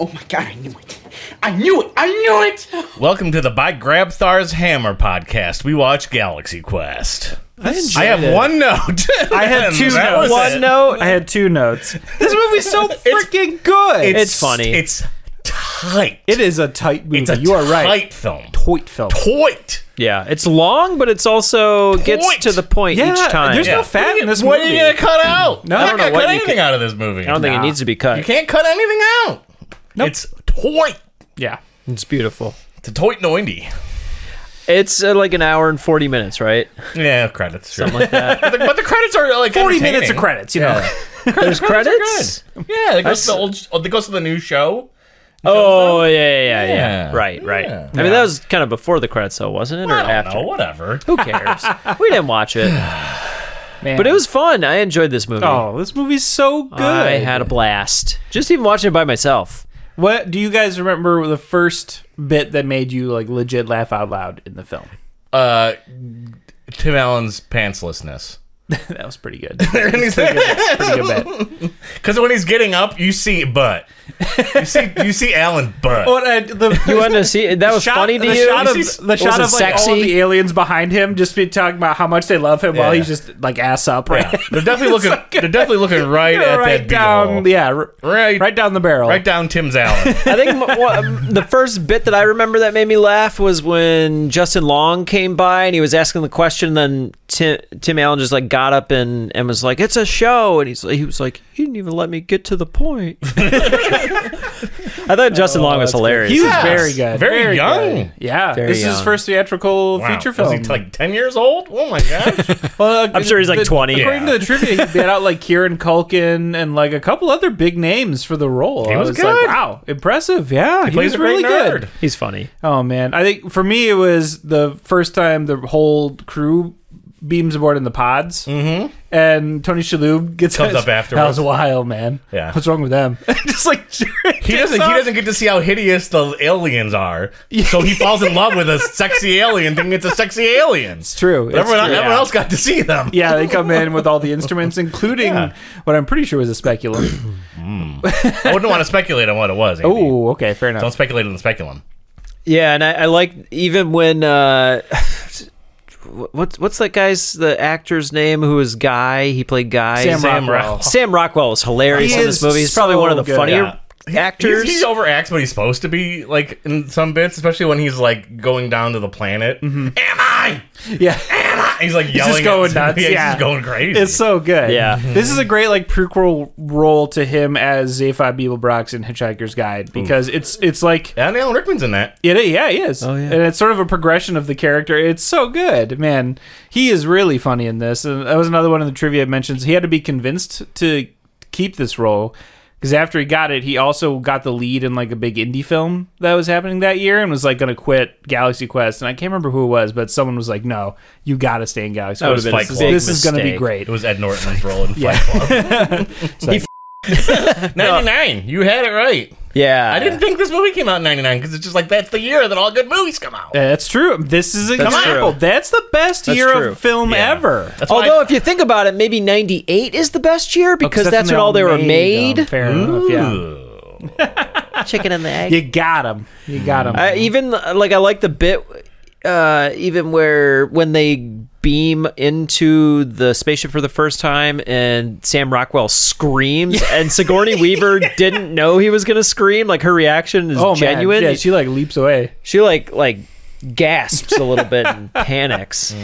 G: Oh my god, I knew it. I knew it. I knew it.
A: Welcome to the By Grabthar's Hammer podcast. We watch Galaxy Quest.
B: I,
A: I have one note. (laughs) I
C: had two
A: That
C: notes.
A: was
B: One
A: it.
B: note.
C: I had two notes. This movie's (laughs) so freaking good.
B: It's funny.
A: It's tight.
C: It is a tight movie.
A: It's a
C: you are right.
A: tight film.
C: Hoyt film.
A: Point.
B: Yeah, it's long, but it's also gets
A: Point.
B: to the point
C: Yeah,
B: each time.
C: there's
B: I
C: no fat in this
A: What are
C: movie.
A: you gonna cut out? No,
C: I don't know
B: what
A: cut
B: you
A: anything out of this movie.
B: don't think it needs to be cut.
A: you can't cut anything out. It's toit.
C: yeah.
B: It's beautiful.
A: It's a toit nointy.
B: It's uh, like an hour and forty minutes, right?
A: Yeah, credits. (laughs) Sure. Something like that. but, the, but the credits are like
C: Forty minutes of
A: entertaining.
C: credits, you know.
A: (laughs)
B: There's credits.
A: Yeah, it goes to the
B: That's-
A: old. oh, It goes to the new show.
B: Oh yeah, yeah, yeah,
A: Yeah.
B: yeah. Right, right.
A: Yeah.
B: I mean, that was kind of before the credits, though, wasn't it, or
A: I don't
B: after?
A: know. Whatever.
B: Who cares?
A: (laughs)
B: we didn't watch it, but it was fun. I enjoyed this movie.
C: Oh, this movie's so good.
B: I had a blast. Just even watching it by myself.
C: What do you guys remember the first bit that made you like legit laugh out loud in the film?
A: Uh, Tim Allen's
C: (laughs)
A: pantslessness.
C: That was pretty (laughs) good. That's pretty good. Pretty good bit.
A: (laughs) Because when he's getting up, you see butt. You see, you see Alan butt.
C: But uh, (laughs) the
B: You wanted to see that was
C: shot-
B: funny to
C: the
B: you.
C: Shot of,
B: Was
C: the shot
B: it
C: of like all
B: sexy?
C: of the aliens behind him just be talking about how much they love him while
A: Yeah.
C: he's just like ass up right.
A: Yeah. They're definitely (laughs) looking. they're definitely
C: (laughs)
A: looking right at
C: right
A: that
C: down,
A: beehole.
C: yeah, r-
A: Right,
C: right down the barrel.
A: right down Tim's
C: (laughs)
A: Allen.
B: I think m- wha- um, the first bit that I remember that made me laugh was when Justin Long came by and he was asking the question. Then Tim, Tim Allen just like got up and, and was like, "It's a show," and he's like, he was like, "You didn't even let me get to the point." (laughs) I thought Justin
C: Oh,
B: Long was hilarious.
C: He was
A: Yes.
C: very good,
A: Very young.
C: good. Yeah,
B: Very
C: this is his
B: young.
C: first theatrical
A: Wow.
C: feature
A: Was
C: film.
A: he like ten years old? Oh my
C: (laughs)
A: gosh!
C: Well,
B: I'm sure he's like
C: uh, the-
B: 20.
C: According
A: Yeah.
C: to the trivia, he beat out like Kieran Culkin and like a couple other big names for the role. He
A: was
C: Like,
A: good.
C: wow, impressive. Yeah, he,
A: plays
C: was
A: a great
C: really
A: nerd.
C: good.
B: He's funny.
C: Oh man, I think for me it was the first time the whole crew beams aboard in the pods, mm-hmm. and Tony Shalhoub gets (laughs)
A: Comes
C: his-
A: up afterwards.
C: That was wild, man.
A: Yeah.
C: what's wrong with them? (laughs) Just like
A: He doesn't. He doesn't get to see how hideous the aliens are, so he falls in love with a sexy alien, thinking it's a sexy alien. It's
C: true. It's
A: everyone,
C: true.
A: everyone
C: Yeah.
A: else got to see them.
C: Yeah, they come in with all the
A: (laughs)
C: instruments, including what I'm pretty sure was
A: (clears throat)
C: a speculum.
A: I wouldn't want to speculate on what it was. Andy.
C: oh, okay, fair
A: don't
C: enough.
A: speculate on the speculum.
B: Yeah, and I, I like even when uh, (sighs) what's what's that guy's the actor's name who was Guy? He played Guy.
C: Sam Rockwell.
B: Rock- Sam Rockwell is hilarious
C: He
B: in this
C: is
B: movie. He's probably
C: so
B: one of the
C: good.
B: funnier actors.
A: He's, he overacts what he's supposed to be, like in some bits, especially when he's like going down to the planet. Am I?
C: Yeah.
A: Am I? He's like
C: Mm-hmm. He's
A: yelling.
C: just
A: (laughs)
C: going
A: at
C: nuts.
A: somebody.
C: Yeah,
A: he's just going crazy.
C: It's so good.
B: Yeah.
C: this is a great like prequel role to him as Zaphi Beeblebrox in Hitchhiker's Guide because it's it's like
A: and Alan Rickman's in that.
C: it, yeah he is
B: Oh, yeah.
C: and it's sort of a progression of the character. It's so good, man. He is really funny in this, and that was another one of the trivia mentions. He had to be convinced to keep this role. Because after he got it, he also got the lead in like a big indie film that was happening that year, and was like going to quit Galaxy Quest. And I can't remember who it was, but someone was like, "No, you got to stay in Galaxy
B: That
C: Quest.
B: would've been a
C: This is-
B: big
C: this is going to be
B: mistake.
C: great."
A: It was Ed Norton's role in Fight Club. Ninety nine. You had it right.
B: yeah,
A: I didn't think this movie came out in '99 because it's just like that's the year that all good movies come out.
C: That's true. This is an
B: That's
C: example.
B: true.
C: That's the best
B: That's
C: year
B: true.
C: of film
A: Yeah.
C: ever.
A: That's why
B: Although, if you think about it, maybe '98 is the best year Oh, because that's, when all they were made.
C: them. um, Fair enough. Yeah,
B: Chicken and the egg.
C: you got them. You got them.
B: I, even like I like the bit, uh, even where when they beam into the spaceship for the first time and Sam Rockwell
C: (laughs)
B: screams and Sigourney Weaver didn't know he was gonna scream. Like her reaction is
C: oh,
B: genuine.
C: Man. Yeah,
B: she,
C: she like leaps away.
B: like like gasps a little bit
C: (laughs)
B: and panics.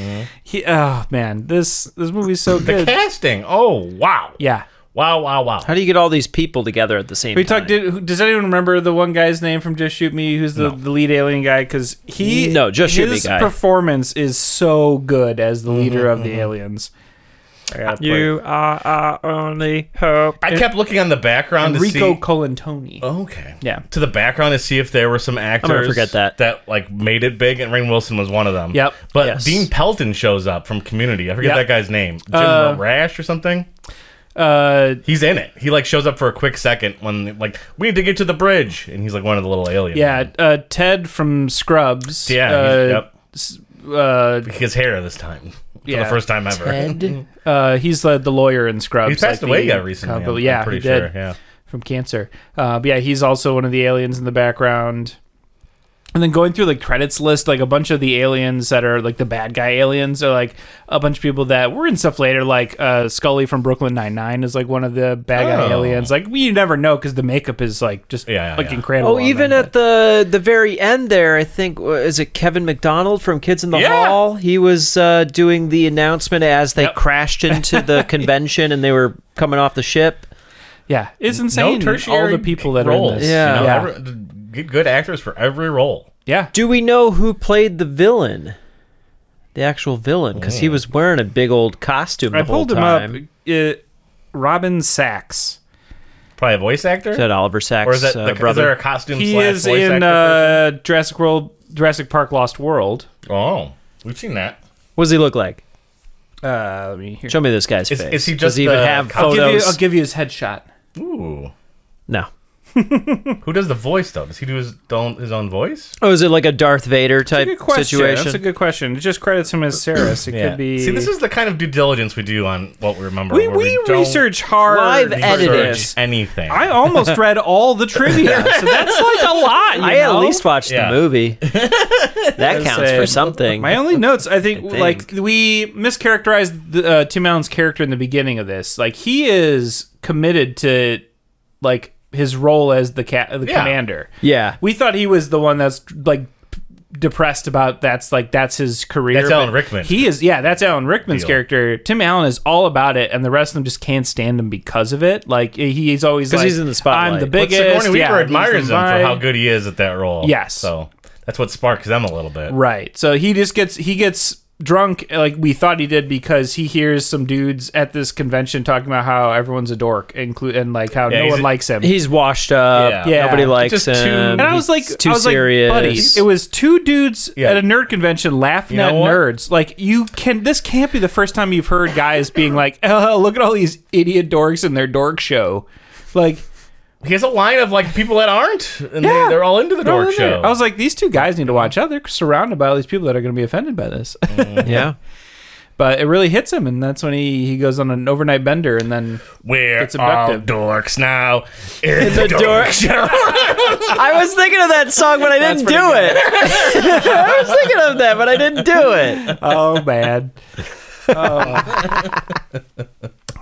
C: He, oh man, this this movie's so good.
A: casting. Oh wow.
C: Yeah.
A: Wow. Wow. Wow.
B: How do you get all these people together at the same
C: We
B: time?
C: talked. Did, who- does anyone remember the one guy's name from Just Shoot Me? Who's the, the lead alien guy? Because he
B: No, Just Shoot Me
C: his
B: guy. Mm-hmm,
C: performance is so good as the leader of the aliens. I gotta play it.
B: are our only hope.
A: I kept looking on the background to
C: Enrico
A: see.
C: Colantoni.
A: Okay.
C: Yeah.
A: To the background to see if there were some actors.
B: forget that.
A: That like made it big, and Rain Wilson was one of them.
C: Yep.
A: But
B: Yes.
A: Dean Pelton shows up from Community. I forget that
C: Yep.
A: guy's name. Jim
C: Uh,
A: Rash or something.
C: Uh,
A: He's in it. He like shows up for a quick second when like we need to get to the bridge, and he's like one of the little aliens.
C: Yeah, uh, Ted from Scrubs.
A: Yeah.
C: uh,
A: he's- yep.
C: uh,
A: His hair this time. (laughs) For
C: Yeah.
A: the first time ever. (laughs)
B: Ed?
C: uh, he's the, the lawyer in Scrubs.
A: He passed
C: like
A: away
C: the
A: yeah, recently.
C: couple-
A: I'm- I'm
C: yeah,
A: pretty
C: he
A: sure.
C: did
A: Yeah.
C: from cancer. Uh, but yeah, he's also one of the aliens in the background. And then going through the credits list, like a bunch of the aliens that are like the bad guy aliens are like a bunch of people that were in stuff later, like uh, Scully from Brooklyn Nine Nine is like one of the bad guy
A: Oh.
C: aliens. Like you never know because the makeup is like just
A: Yeah, yeah,
C: like
A: yeah.
C: incredible.
B: Oh,
C: on
B: even
C: them.
B: at the the very end there, I think uh, is it Kevin McDonald from Kids in the
A: Yeah.
B: Hall? He was uh, doing the announcement as they crashed into
C: (laughs)
B: the convention and they were coming off the ship.
C: yeah, it's insane. all the people that
A: roles,
C: are in this.
B: Yeah.
A: You know,
C: Yeah.
A: every- get good actors for every role.
C: yeah.
B: Do we know who played the villain? The actual villain, because he was wearing a big old costume. The
C: Mm. I
B: whole
C: pulled him
B: time.
C: up. It, Robin Sachs.
A: Probably a voice actor,
B: Is that Oliver Sacks'
A: or is that
B: uh,
A: the, is
B: brother?
A: there a costume?
C: He
A: slash
C: is
A: voice
C: in
A: actor
C: uh, Jurassic World, Jurassic Park: Lost World.
A: person? Oh, we've seen that.
B: What does he look like?
C: Uh, let me hear.
B: Show me this guy's
A: Is-
B: face.
A: is he
B: does
A: just
B: he even
A: the
B: have
A: costume?
C: I'll, give you,
B: photos?
C: I'll give you his headshot.
A: Ooh,
B: no.
A: who does the voice though? Does he do his own his own voice?
B: Oh, is it like a Darth Vader type
C: Good question.
B: situation?
C: That's a good question. It just credits him as Saris. It could be.
A: See, this is the kind of due diligence we do on what we remember.
C: we
A: where
C: we
A: don't
C: research hard.
B: Live
A: research
B: edited this.
A: anything.
C: I almost read all the trivia, so that's like a lot. you
B: I at
C: know?
B: least watched
A: Yeah.
J: (laughs)
B: the movie. That counts for
C: saying.
B: something.
C: My only notes,
B: (laughs)
C: I think,
B: think.
C: like we mischaracterized the, uh, Tim Allen's character in the beginning of this. Like he is committed to, like his role as the ca- the
A: Yeah.
C: commander.
B: yeah.
C: We thought he was the one that's like depressed about that's like that's his career.
A: That's Alan
C: but
A: Rickman.
C: He is yeah, that's Alan Rickman's
A: Deal.
C: character. Tim Allen is all about it, and the rest of them just can't stand him because of it. Like he's always
B: 'Cause
C: like,
B: he's in the spotlight.
C: I'm the
A: But
C: biggest.
A: Sigourney
C: yeah,
A: Weaver
C: he's
A: admires him
C: the
A: for how
C: vi-
A: good he is at that role.
C: Yes.
A: so that's what sparks them a little bit.
C: Right. So he just gets he gets drunk like we thought he did because he hears some dudes at this convention talking about how everyone's a dork, include and like how no
J: he's
C: one
J: a-
C: likes him.
B: He's washed up.
C: Yeah.
B: Nobody
C: Yeah.
B: likes
J: Just too-
B: him.
C: and I was like,
B: He's too
C: I was
B: serious.
C: like, buddy, it was two dudes at a nerd convention laughing
J: You know
C: at
J: what?
C: nerds. Like, you can, this can't be the first time you've heard guys being like, (laughs) oh, look at all these idiot dorks in their dork show. Like,
J: He has a line of like people that aren't, and
C: Yeah.
J: they, they're all into the
C: they're all
J: dork
C: in there.
J: show.
C: I was like, these two guys need to watch out. They're surrounded by all these people that are going to be offended by this. (laughs)
B: yeah.
C: but it really hits him, and that's when he, he goes on an overnight bender, and then
J: We're
C: It's abductive.
J: all dorks now. It's
B: a dork
J: show.
B: (laughs) I was thinking of that song, but I didn't do it. (laughs) I was thinking of that, but I didn't do it. (laughs)
C: oh, man. Oh.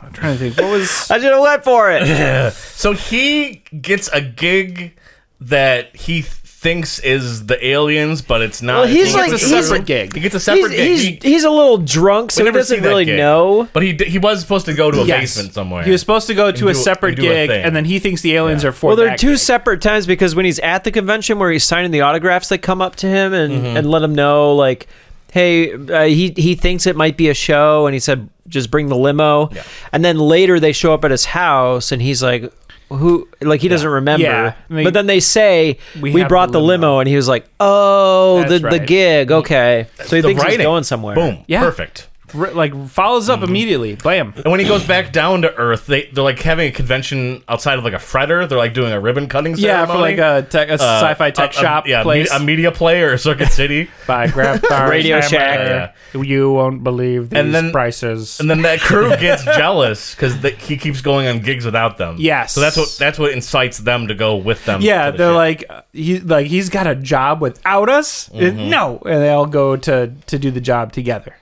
C: I'm trying to think. What was.
B: I should have went
J: (laughs)
B: for it.
J: so he gets a gig that he th- thinks is the aliens, but it's not.
B: Well, he's
J: he
B: like-
J: gets a
B: he's-
J: separate gig. He gets a
B: He's,
J: separate gig.
B: he's,
J: He-
B: he's a little drunk,
J: we
B: so he
J: never see
B: doesn't
J: that
B: really
J: gig.
B: know.
J: But he d- he was supposed to go to a
C: Yes.
J: basement somewhere.
C: He was supposed to go to a
J: do-
C: separate
J: and do a
C: gig,
J: thing.
C: and then he thinks the aliens are for.
B: Well, there are
C: that
B: two
C: gig.
B: separate times because when he's at the convention where he's signing the autographs, they come up to him and,
C: Mm-hmm.
B: and let him know, like, hey, uh, he, he thinks it might be a show, and he said, just bring the limo. And then later they show up at his house, and he's like, who like he doesn't remember
C: Yeah. I mean,
B: but then they say we,
C: we have
B: brought
C: the
B: the limo. and he was like oh the,
C: That's
B: the
C: right.
B: gig okay so he
J: The
B: thinks
J: writing.
B: he's going somewhere
J: Boom.
C: Yeah.
J: Perfect.
C: Re- like follows
J: Mm-hmm.
C: up immediately. Blam.
J: And when he goes back down to Earth, they they're like having a convention outside of like a fretter. They're like doing a ribbon cutting
C: Yeah,
J: ceremony.
C: for like a, tech, a
J: Uh,
C: sci-fi tech
J: a- a-
C: shop
J: yeah,
C: place.
J: me- a media player or Circuit City.
C: by Grab
J: (laughs)
C: Bar
B: Radio Shack.
C: You won't believe these
J: And then-
C: prices.
J: And then that
C: (laughs)
J: crew gets jealous because he keeps going on gigs without them.
C: Yes.
J: So that's what that's what incites them to go with them.
C: yeah,
J: to the
C: they're
J: shit.
C: like uh, he like he's got a job without us. Uh,
B: Mm-hmm.
C: No, and they all go to to do the job together.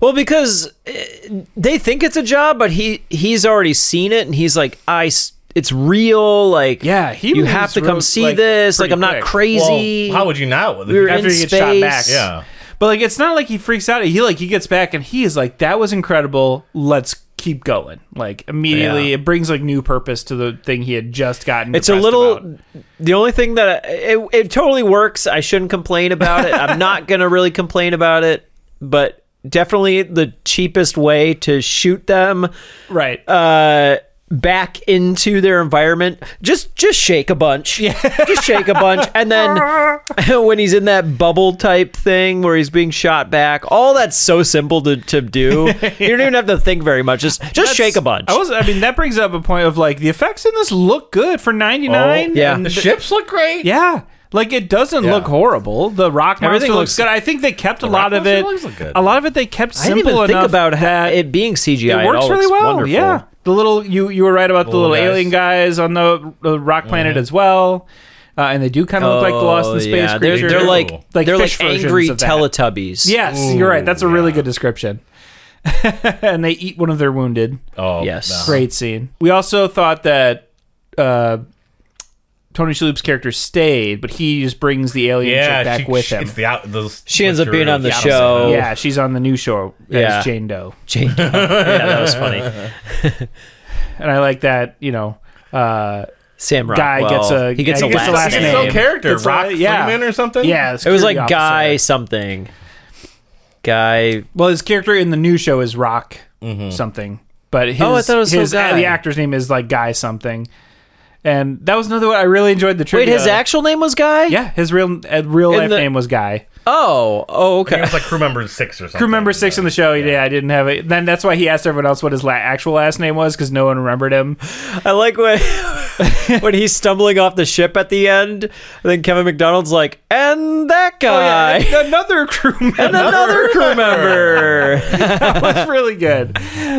B: Well, because uh, they think it's a job, but he he's already seen it, and he's like, I, s- it's real. Like,
C: Yeah, he
B: you
C: was
B: have to come
C: real-
B: see
C: like,
B: this. Like,
C: pretty
B: I'm not
C: quick.
B: crazy.
J: well, how would you not?
B: we were in
C: after he
B: space.
C: gets shot back.
J: yeah.
C: But like it's not like he freaks out. He like he gets back and he is like that was incredible. Let's keep going. Like immediately
B: Yeah.
C: it brings like new purpose to the thing he had just gotten.
B: It's a
C: depressed
B: little.
C: about.
B: The only thing that it, it totally works. I shouldn't complain about it. I'm
C: (laughs)
B: not gonna really complain about it, but definitely the cheapest way to shoot them
C: right.
B: uh, back into their environment. Just just shake a bunch. just shake a bunch, and then (laughs) when he's in that bubble type thing where he's being shot back, all that's so simple to, to
C: (laughs)
B: do. You don't even have to think very much. Just just shake a bunch.
C: I was. I mean, that brings up a point of like the effects in this look good for ninety nine.
B: Oh, yeah.
J: The ships look great.
C: yeah. Like it doesn't look horrible. The rock monster
B: Everything
C: looks,
B: looks-
C: good. I think they kept a lot
J: rock
C: of it.
J: monster looks good.
C: A lot of it they kept
B: I didn't
C: simple
B: even think
C: enough
B: about how,
C: that
B: it being CGI.
C: it works
B: all
C: really
B: looks
C: well.
B: Wonderful.
C: Yeah, the little you you were right about the,
J: little
C: little,
J: guys.
C: alien guys on the, the rock planet as well, uh, and they do kind of look like the Lost in
B: Uh-huh. Oh,
C: Space
B: yeah. They're-
C: creature.
B: They're, like,
C: Like
B: they're
C: fish
B: like
C: versions
B: angry
C: of that.
B: Teletubbies.
C: Yes, you're right. That's a really good description. (laughs) and they eat one of their wounded.
J: Oh
B: Yes.
J: no.
C: Great scene. We also thought that uh, Tony Shalhoub's character stayed, but he just brings the alien
J: Yeah.
C: chick back
J: she-
C: with
J: she-
C: him.
J: It's the out. those-
B: She ends up being on the
J: Yeah.
B: show.
C: yeah, she's on the new show as
B: Yeah.
C: Jane Doe,
B: Jane Doe. yeah, that was funny.
C: and I like that. You know. Uh,
B: Sam
C: (laughs) Guy
B: Rockwell.
C: gets a-
B: he gets
C: yeah,
B: a
C: he gets a
B: last
C: last
J: It's
B: name.
J: his own
C: name.
J: character,
C: It's
J: Rock
C: like- yeah.
J: Freeman or something.
C: yeah,
B: It was like
C: security
B: guy
C: officer.
B: something. Guy.
C: Well, his character in the new show is Rock something, but his,
B: Mm-hmm. Oh, I thought it was
C: his
B: still Guy.
C: the actor's name is like Guy something, and that was another one I really enjoyed the
B: Wait,
C: trivia.
B: his actual name was Guy.
C: yeah, his real uh, real
B: In
C: life
B: the-
C: name was Guy.
B: Oh. Oh.
J: I think
B: Okay.
J: It's like crew member six or something.
C: Crew member six in the show. Yeah, I didn't have it. Then that's why he asked everyone else what his la- actual last name was because no one remembered him.
B: I like when (laughs) when he's stumbling off the ship at the end, and then Kevin McDonald's like, "And that guy."
C: Oh, (laughs) another Uh, crew member.
B: (laughs) And another crew member.
C: (laughs) That's really good.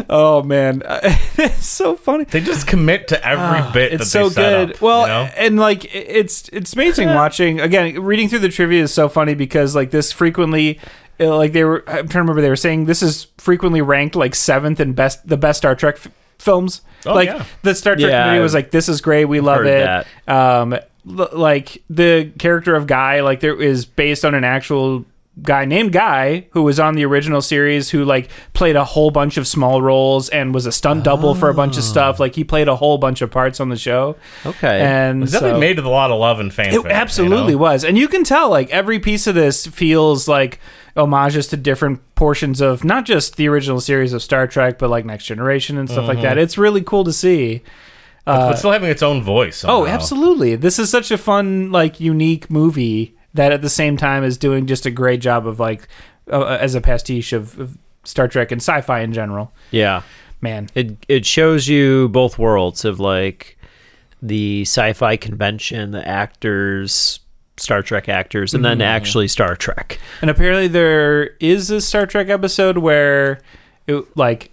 C: Oh man, (laughs) it's so funny.
J: They just commit to every bit.
C: Ah, it's
J: that
C: so
J: they set
C: good
J: up,
C: well
J: you know?
C: and like it- it's it's amazing (laughs) watching again reading through the trivia is so funny because like this frequently uh, like they were i'm trying to remember they were saying this is frequently ranked like seventh and best the best star trek f- films like
J: Oh, yeah.
C: the star trek
B: Yeah,
C: community was like this is great we love
B: heard
C: it um l- like the character of guy like there is based on an actual guy named guy who was on the original series who like played a whole bunch of small roles and was a stunt double for a bunch of stuff like he played a whole bunch of parts on the show
B: Oh. Okay.
C: and
J: It's definitely
C: so-
J: made with a lot of love and fan.
C: it absolutely was and you can tell like every piece of this feels like homages to different portions of not just the original series of Star Trek, but like Next Generation and stuff like
B: Mm-hmm.
C: that. It's really cool to see.
A: but still having its own voice.
C: Oh,
A: somehow.
C: absolutely. This is such a fun, like, unique movie that at the same time is doing just a great job of, like, uh, as a pastiche of, of Star Trek and sci fi in general.
B: Yeah.
C: Man.
B: It it shows you both worlds of like the sci-fi convention, the actors, Star Trek actors, and then actually Star Trek.
C: And apparently there is a Star Trek episode where, it, like,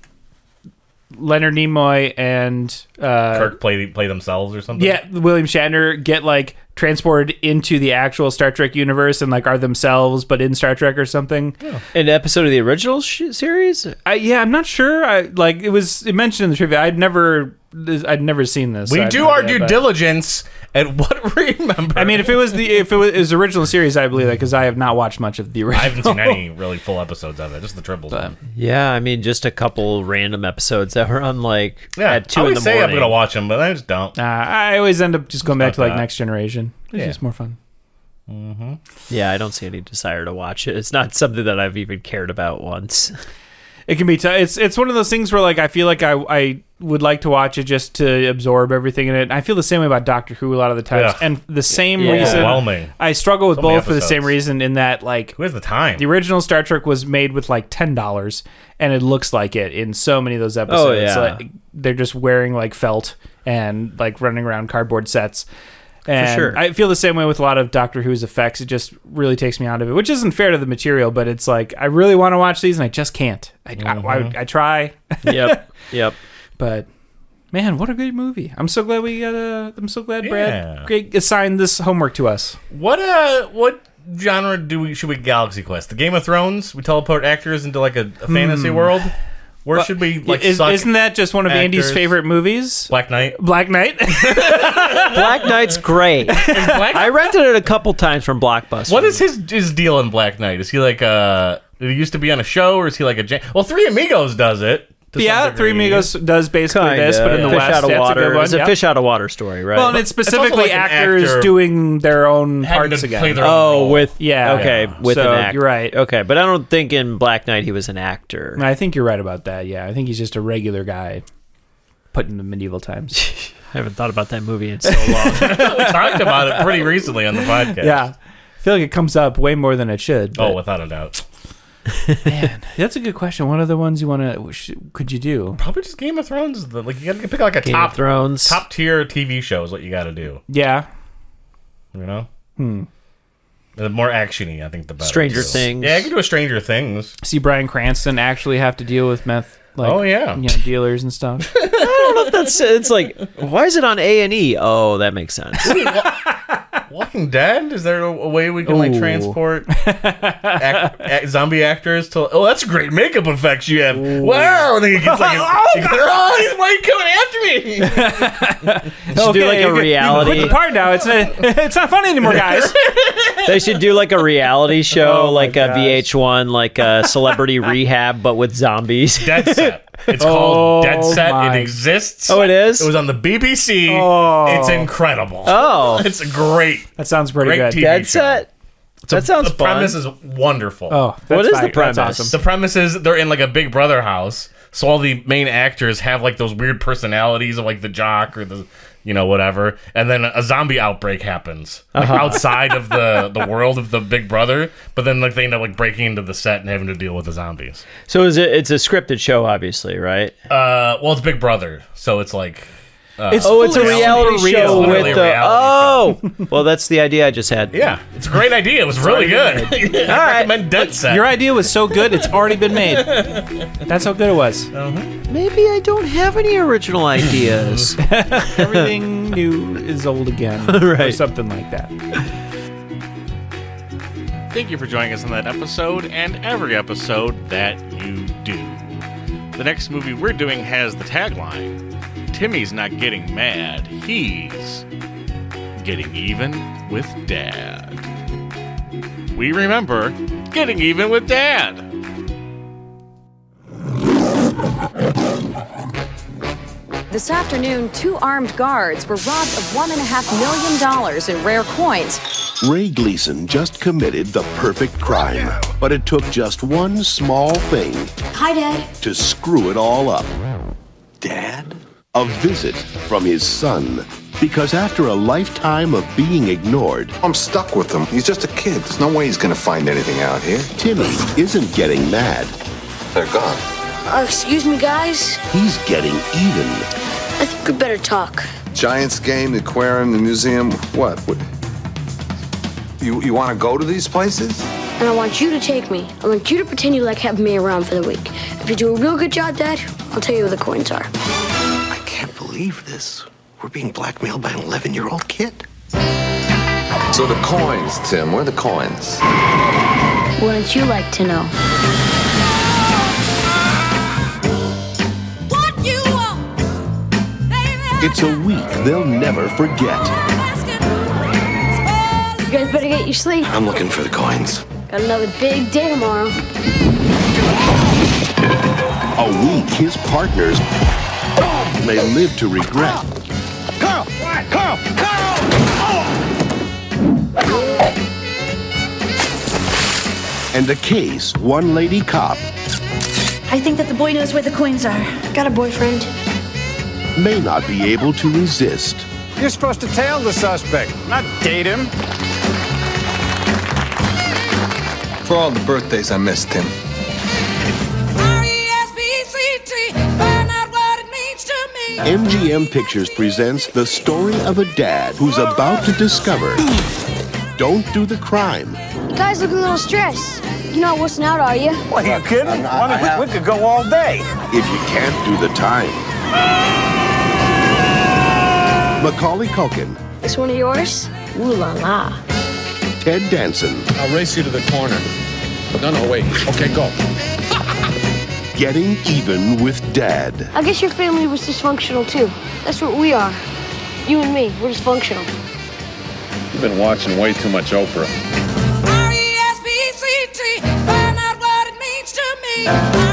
C: Leonard Nimoy and uh,
A: Kirk play play themselves or something.
C: yeah, William Shatner get like transported into the actual Star Trek universe and like are themselves, but in Star Trek or something.
B: An episode of the original sh- series?
C: I, yeah, I'm not sure. I like it was it mentioned in the trivia. I'd never, this- I'd never seen this.
A: we
C: so I
A: do
C: don't
A: our
C: know,
A: due
C: but-
A: diligence at what (laughs) remember.
C: I mean, if it was the if it was, it was the original series, I believe that because I have not watched much of the original.
A: I haven't seen (laughs) any really full episodes of it, just the triples. one.
B: Yeah, I mean just a couple random episodes that were on like
A: Yeah,
B: at two
A: I
B: in
A: always
B: the
A: say
B: morning.
A: I'm gonna watch them, but I just don't.
C: Uh, (laughs) I always end up just going back to like
A: that.
C: Next Generation. It's
A: Yeah.
C: just more fun.
B: Yeah, I don't see any desire to watch it. It's not something that I've even cared about once. (laughs)
C: It can be tough. It's it's one of those things where like I feel like I I would like to watch it just to absorb everything in it. I feel the same way about Doctor Who a lot of the times,
A: Yeah.
C: and the same
B: Yeah.
A: Overwhelming.
C: reason I struggle with
A: So many
C: both for the same
A: episodes.
C: reason in that like
A: Who has the time?
C: the original Star Trek was made with like ten dollars, and it looks like it in so many of those
A: Oh,
C: episodes.
B: yeah.
C: Like, they're just wearing like felt and like running around cardboard sets. And
B: sure.
C: I feel the same way with a lot of Doctor Who's effects. It just really takes me out of it, which isn't fair to the material, but it's like I really want to watch these and I just can't. I, I-
A: Mm-hmm.
C: I, I try, (laughs)
B: yep. Yep.
C: but man, what a great movie! I'm so glad we got. Uh, I'm so glad
A: Yeah.
C: Brad Greg assigned this homework to
A: (laughs)
C: us.
A: What uh what genre do we should we Galaxy Quest? The Game of Thrones? We teleport actors into like a, a fantasy world? Where should we like
C: Hmm. Is,
A: suck
C: isn't that just one of Andy's
A: actors.
C: favorite movies?
A: Black
C: (laughs)
A: Knight?
C: Black Knight.
B: Black Knight's great. I rented it a couple times from Blockbuster.
A: What is his his deal in Black Knight? Is he like uh did he used to be on a show or is he like a jam- Well, Three Amigos does it. to some
C: yeah, Three
A: degree.
C: Amigos does basically this, but in the
B: fish
C: West,
B: out of
C: that's
B: water?
C: a good one.
B: It's a
C: yeah.
B: fish out of water story, right?
C: well, and it's
A: It's also
C: specifically
A: like an
C: actors
A: actor
C: doing their own
A: Having
C: parts
A: to
C: again.
A: play their own
B: oh,
A: role.
B: with
C: Yeah.
B: okay,
C: Yeah.
B: with
C: So,
B: an actor,
C: you're right.
B: Okay, but I don't think in Black Knight he was an actor.
C: I think you're right about that. Yeah, I think he's just a regular guy put in the medieval times.
B: I haven't thought about that movie in so long.
A: we talked about it pretty recently on the podcast.
C: (laughs) yeah. I feel like it comes up way more than it should.
A: Oh,
C: But
A: without a doubt.
C: that's a good question. What other ones you want to could you do?
A: Probably just Game of Thrones is the like you gotta pick like a
B: Game
A: top
B: of Thrones.
A: top tier TV show is what you gotta do.
C: Yeah.
A: You know? Hmm. The more actiony, I think the better.
B: Stranger
A: too.
B: Things.
A: Yeah, I can do a Stranger Things.
C: See Brian Cranston actually have to deal with meth like
A: Oh, yeah.
C: you know, dealers and (laughs) stuff.
B: (laughs) That's it's like why is it on A and E? Oh, that makes sense.
A: (laughs) Walking Dead? Is there a, a way we can like
C: Ooh.
A: transport ac- ac- zombie actors to? Oh, that's great makeup effects you have. Wow! And then he gets like, a- he gets, oh, he's like coming after me.
C: okay,
B: do, like, a
C: you can- you can
B: reality-
C: Quit the part now. It's not, (laughs) it's not fun anymore, (laughs) guys.
B: they should do like
A: (laughs)
B: a reality show,
C: Oh, my
B: like a
C: gosh.
B: VH1, like a Celebrity Rehab, but
A: (laughs)
B: with zombies. (laughs)
A: Dead Set. It's called Dead
C: Oh,
A: Set.
C: my.
A: It exists.
B: Oh, it is?
A: It was on the BBC.
C: Oh.
A: It's incredible.
B: Oh,
A: (laughs) It's great.
C: That sounds pretty
A: Great
C: good.
A: TV
B: Dead
A: show.
B: Set. That sounds
A: The
B: fun.
A: premise is wonderful.
C: Oh, that's
B: What is
C: fine.
B: the premise?
C: That's awesome.
A: The premise is they're in like a Big Brother house, so all the main actors have like those weird personalities of like the jock or the you know whatever, and then a zombie outbreak happens like
B: Uh-huh.
A: outside of
B: (laughs)
A: the the world of the Big Brother, but then like they end up like breaking into the set and having to deal with the zombies.
B: so is it? It's a scripted show, obviously, right?
A: Uh, well, it's Big Brother, so it's like
C: It's
B: Oh, it's a
C: fully
B: reality show
C: real.
A: It's literally
B: with
A: a
B: the. Oh,
A: reality
B: (laughs) well, that's the idea I just had.
A: yeah, it's a great idea. It was really good. (laughs)
B: All right.
A: recommend Dead Set.
C: Your idea was so good, it's already been made. That's how good it was.
B: (laughs) Maybe I don't have any original
A: (laughs)
B: ideas.
C: Everything new is old again, or
B: Right.
C: something like that.
K: Thank you for joining us in that episode and every episode that you do. The next movie we're doing has the tagline Timmy's not getting mad, he's getting even with dad. We remember getting even with dad.
E: The
D: This afternoon, two armed guards were robbed of $1.5 million dollars in rare coins.
L: Ray Gleason just committed the perfect crime, but it took just one small thing
D: Hi, Dad.
L: to screw it all up. Dad? A visit from his son. Because after a lifetime of being ignored, I'm stuck with him. He's just a kid. There's no way he's going to find anything out here. Timmy isn't getting mad. They're gone.
G: Uh, excuse me, guys.
L: He's getting even.
G: I think we better talk.
M: Giants game, the aquarium, the museum. What? what? You you want to go to these places?
G: And I want you to take me. I want you to pretend you like having me around for the week. If you do a real good job, Dad, I'll tell you where the coins are.
L: Can't believe this. We're being blackmailed by an 11 year old kid.
M: So the coins, Tim. Where are the coins?
G: Wouldn't you like to know?
D: What you want?
L: It's a week they'll never forget.
G: You guys better get your sleep.
L: I'm looking for the coins.
G: Got another big day tomorrow.
L: A week his partners may live to regret.
D: Carl! Carl! Carl!
L: And a case one lady cop
N: I think that the boy knows where the coins are. Got a boyfriend.
L: may not be able to resist.
O: You're supposed to tail the suspect, not date him.
M: For all the birthdays I missed, Tim.
D: E R-E-S-P-C-T. Find out what it means to me.
L: MGM Pictures presents the story of a dad who's about to discover don't do the crime.
G: You guys look a little stressed. You're not wussing out, are you?
O: What, are you kidding? I mean, we, we could go all day.
L: If you can't do the time. Macaulay Culkin,
G: This one of yours? Ooh la la.
L: Ted Danson,
A: I'll race you to the corner. No, no, wait. Okay, go.
L: getting even with dad.
G: I guess your family was dysfunctional too. That's what we are. You and me, we're dysfunctional.
A: You've been watching way too much Oprah.
D: R-E-S-P-C-T. Find out what it means to me.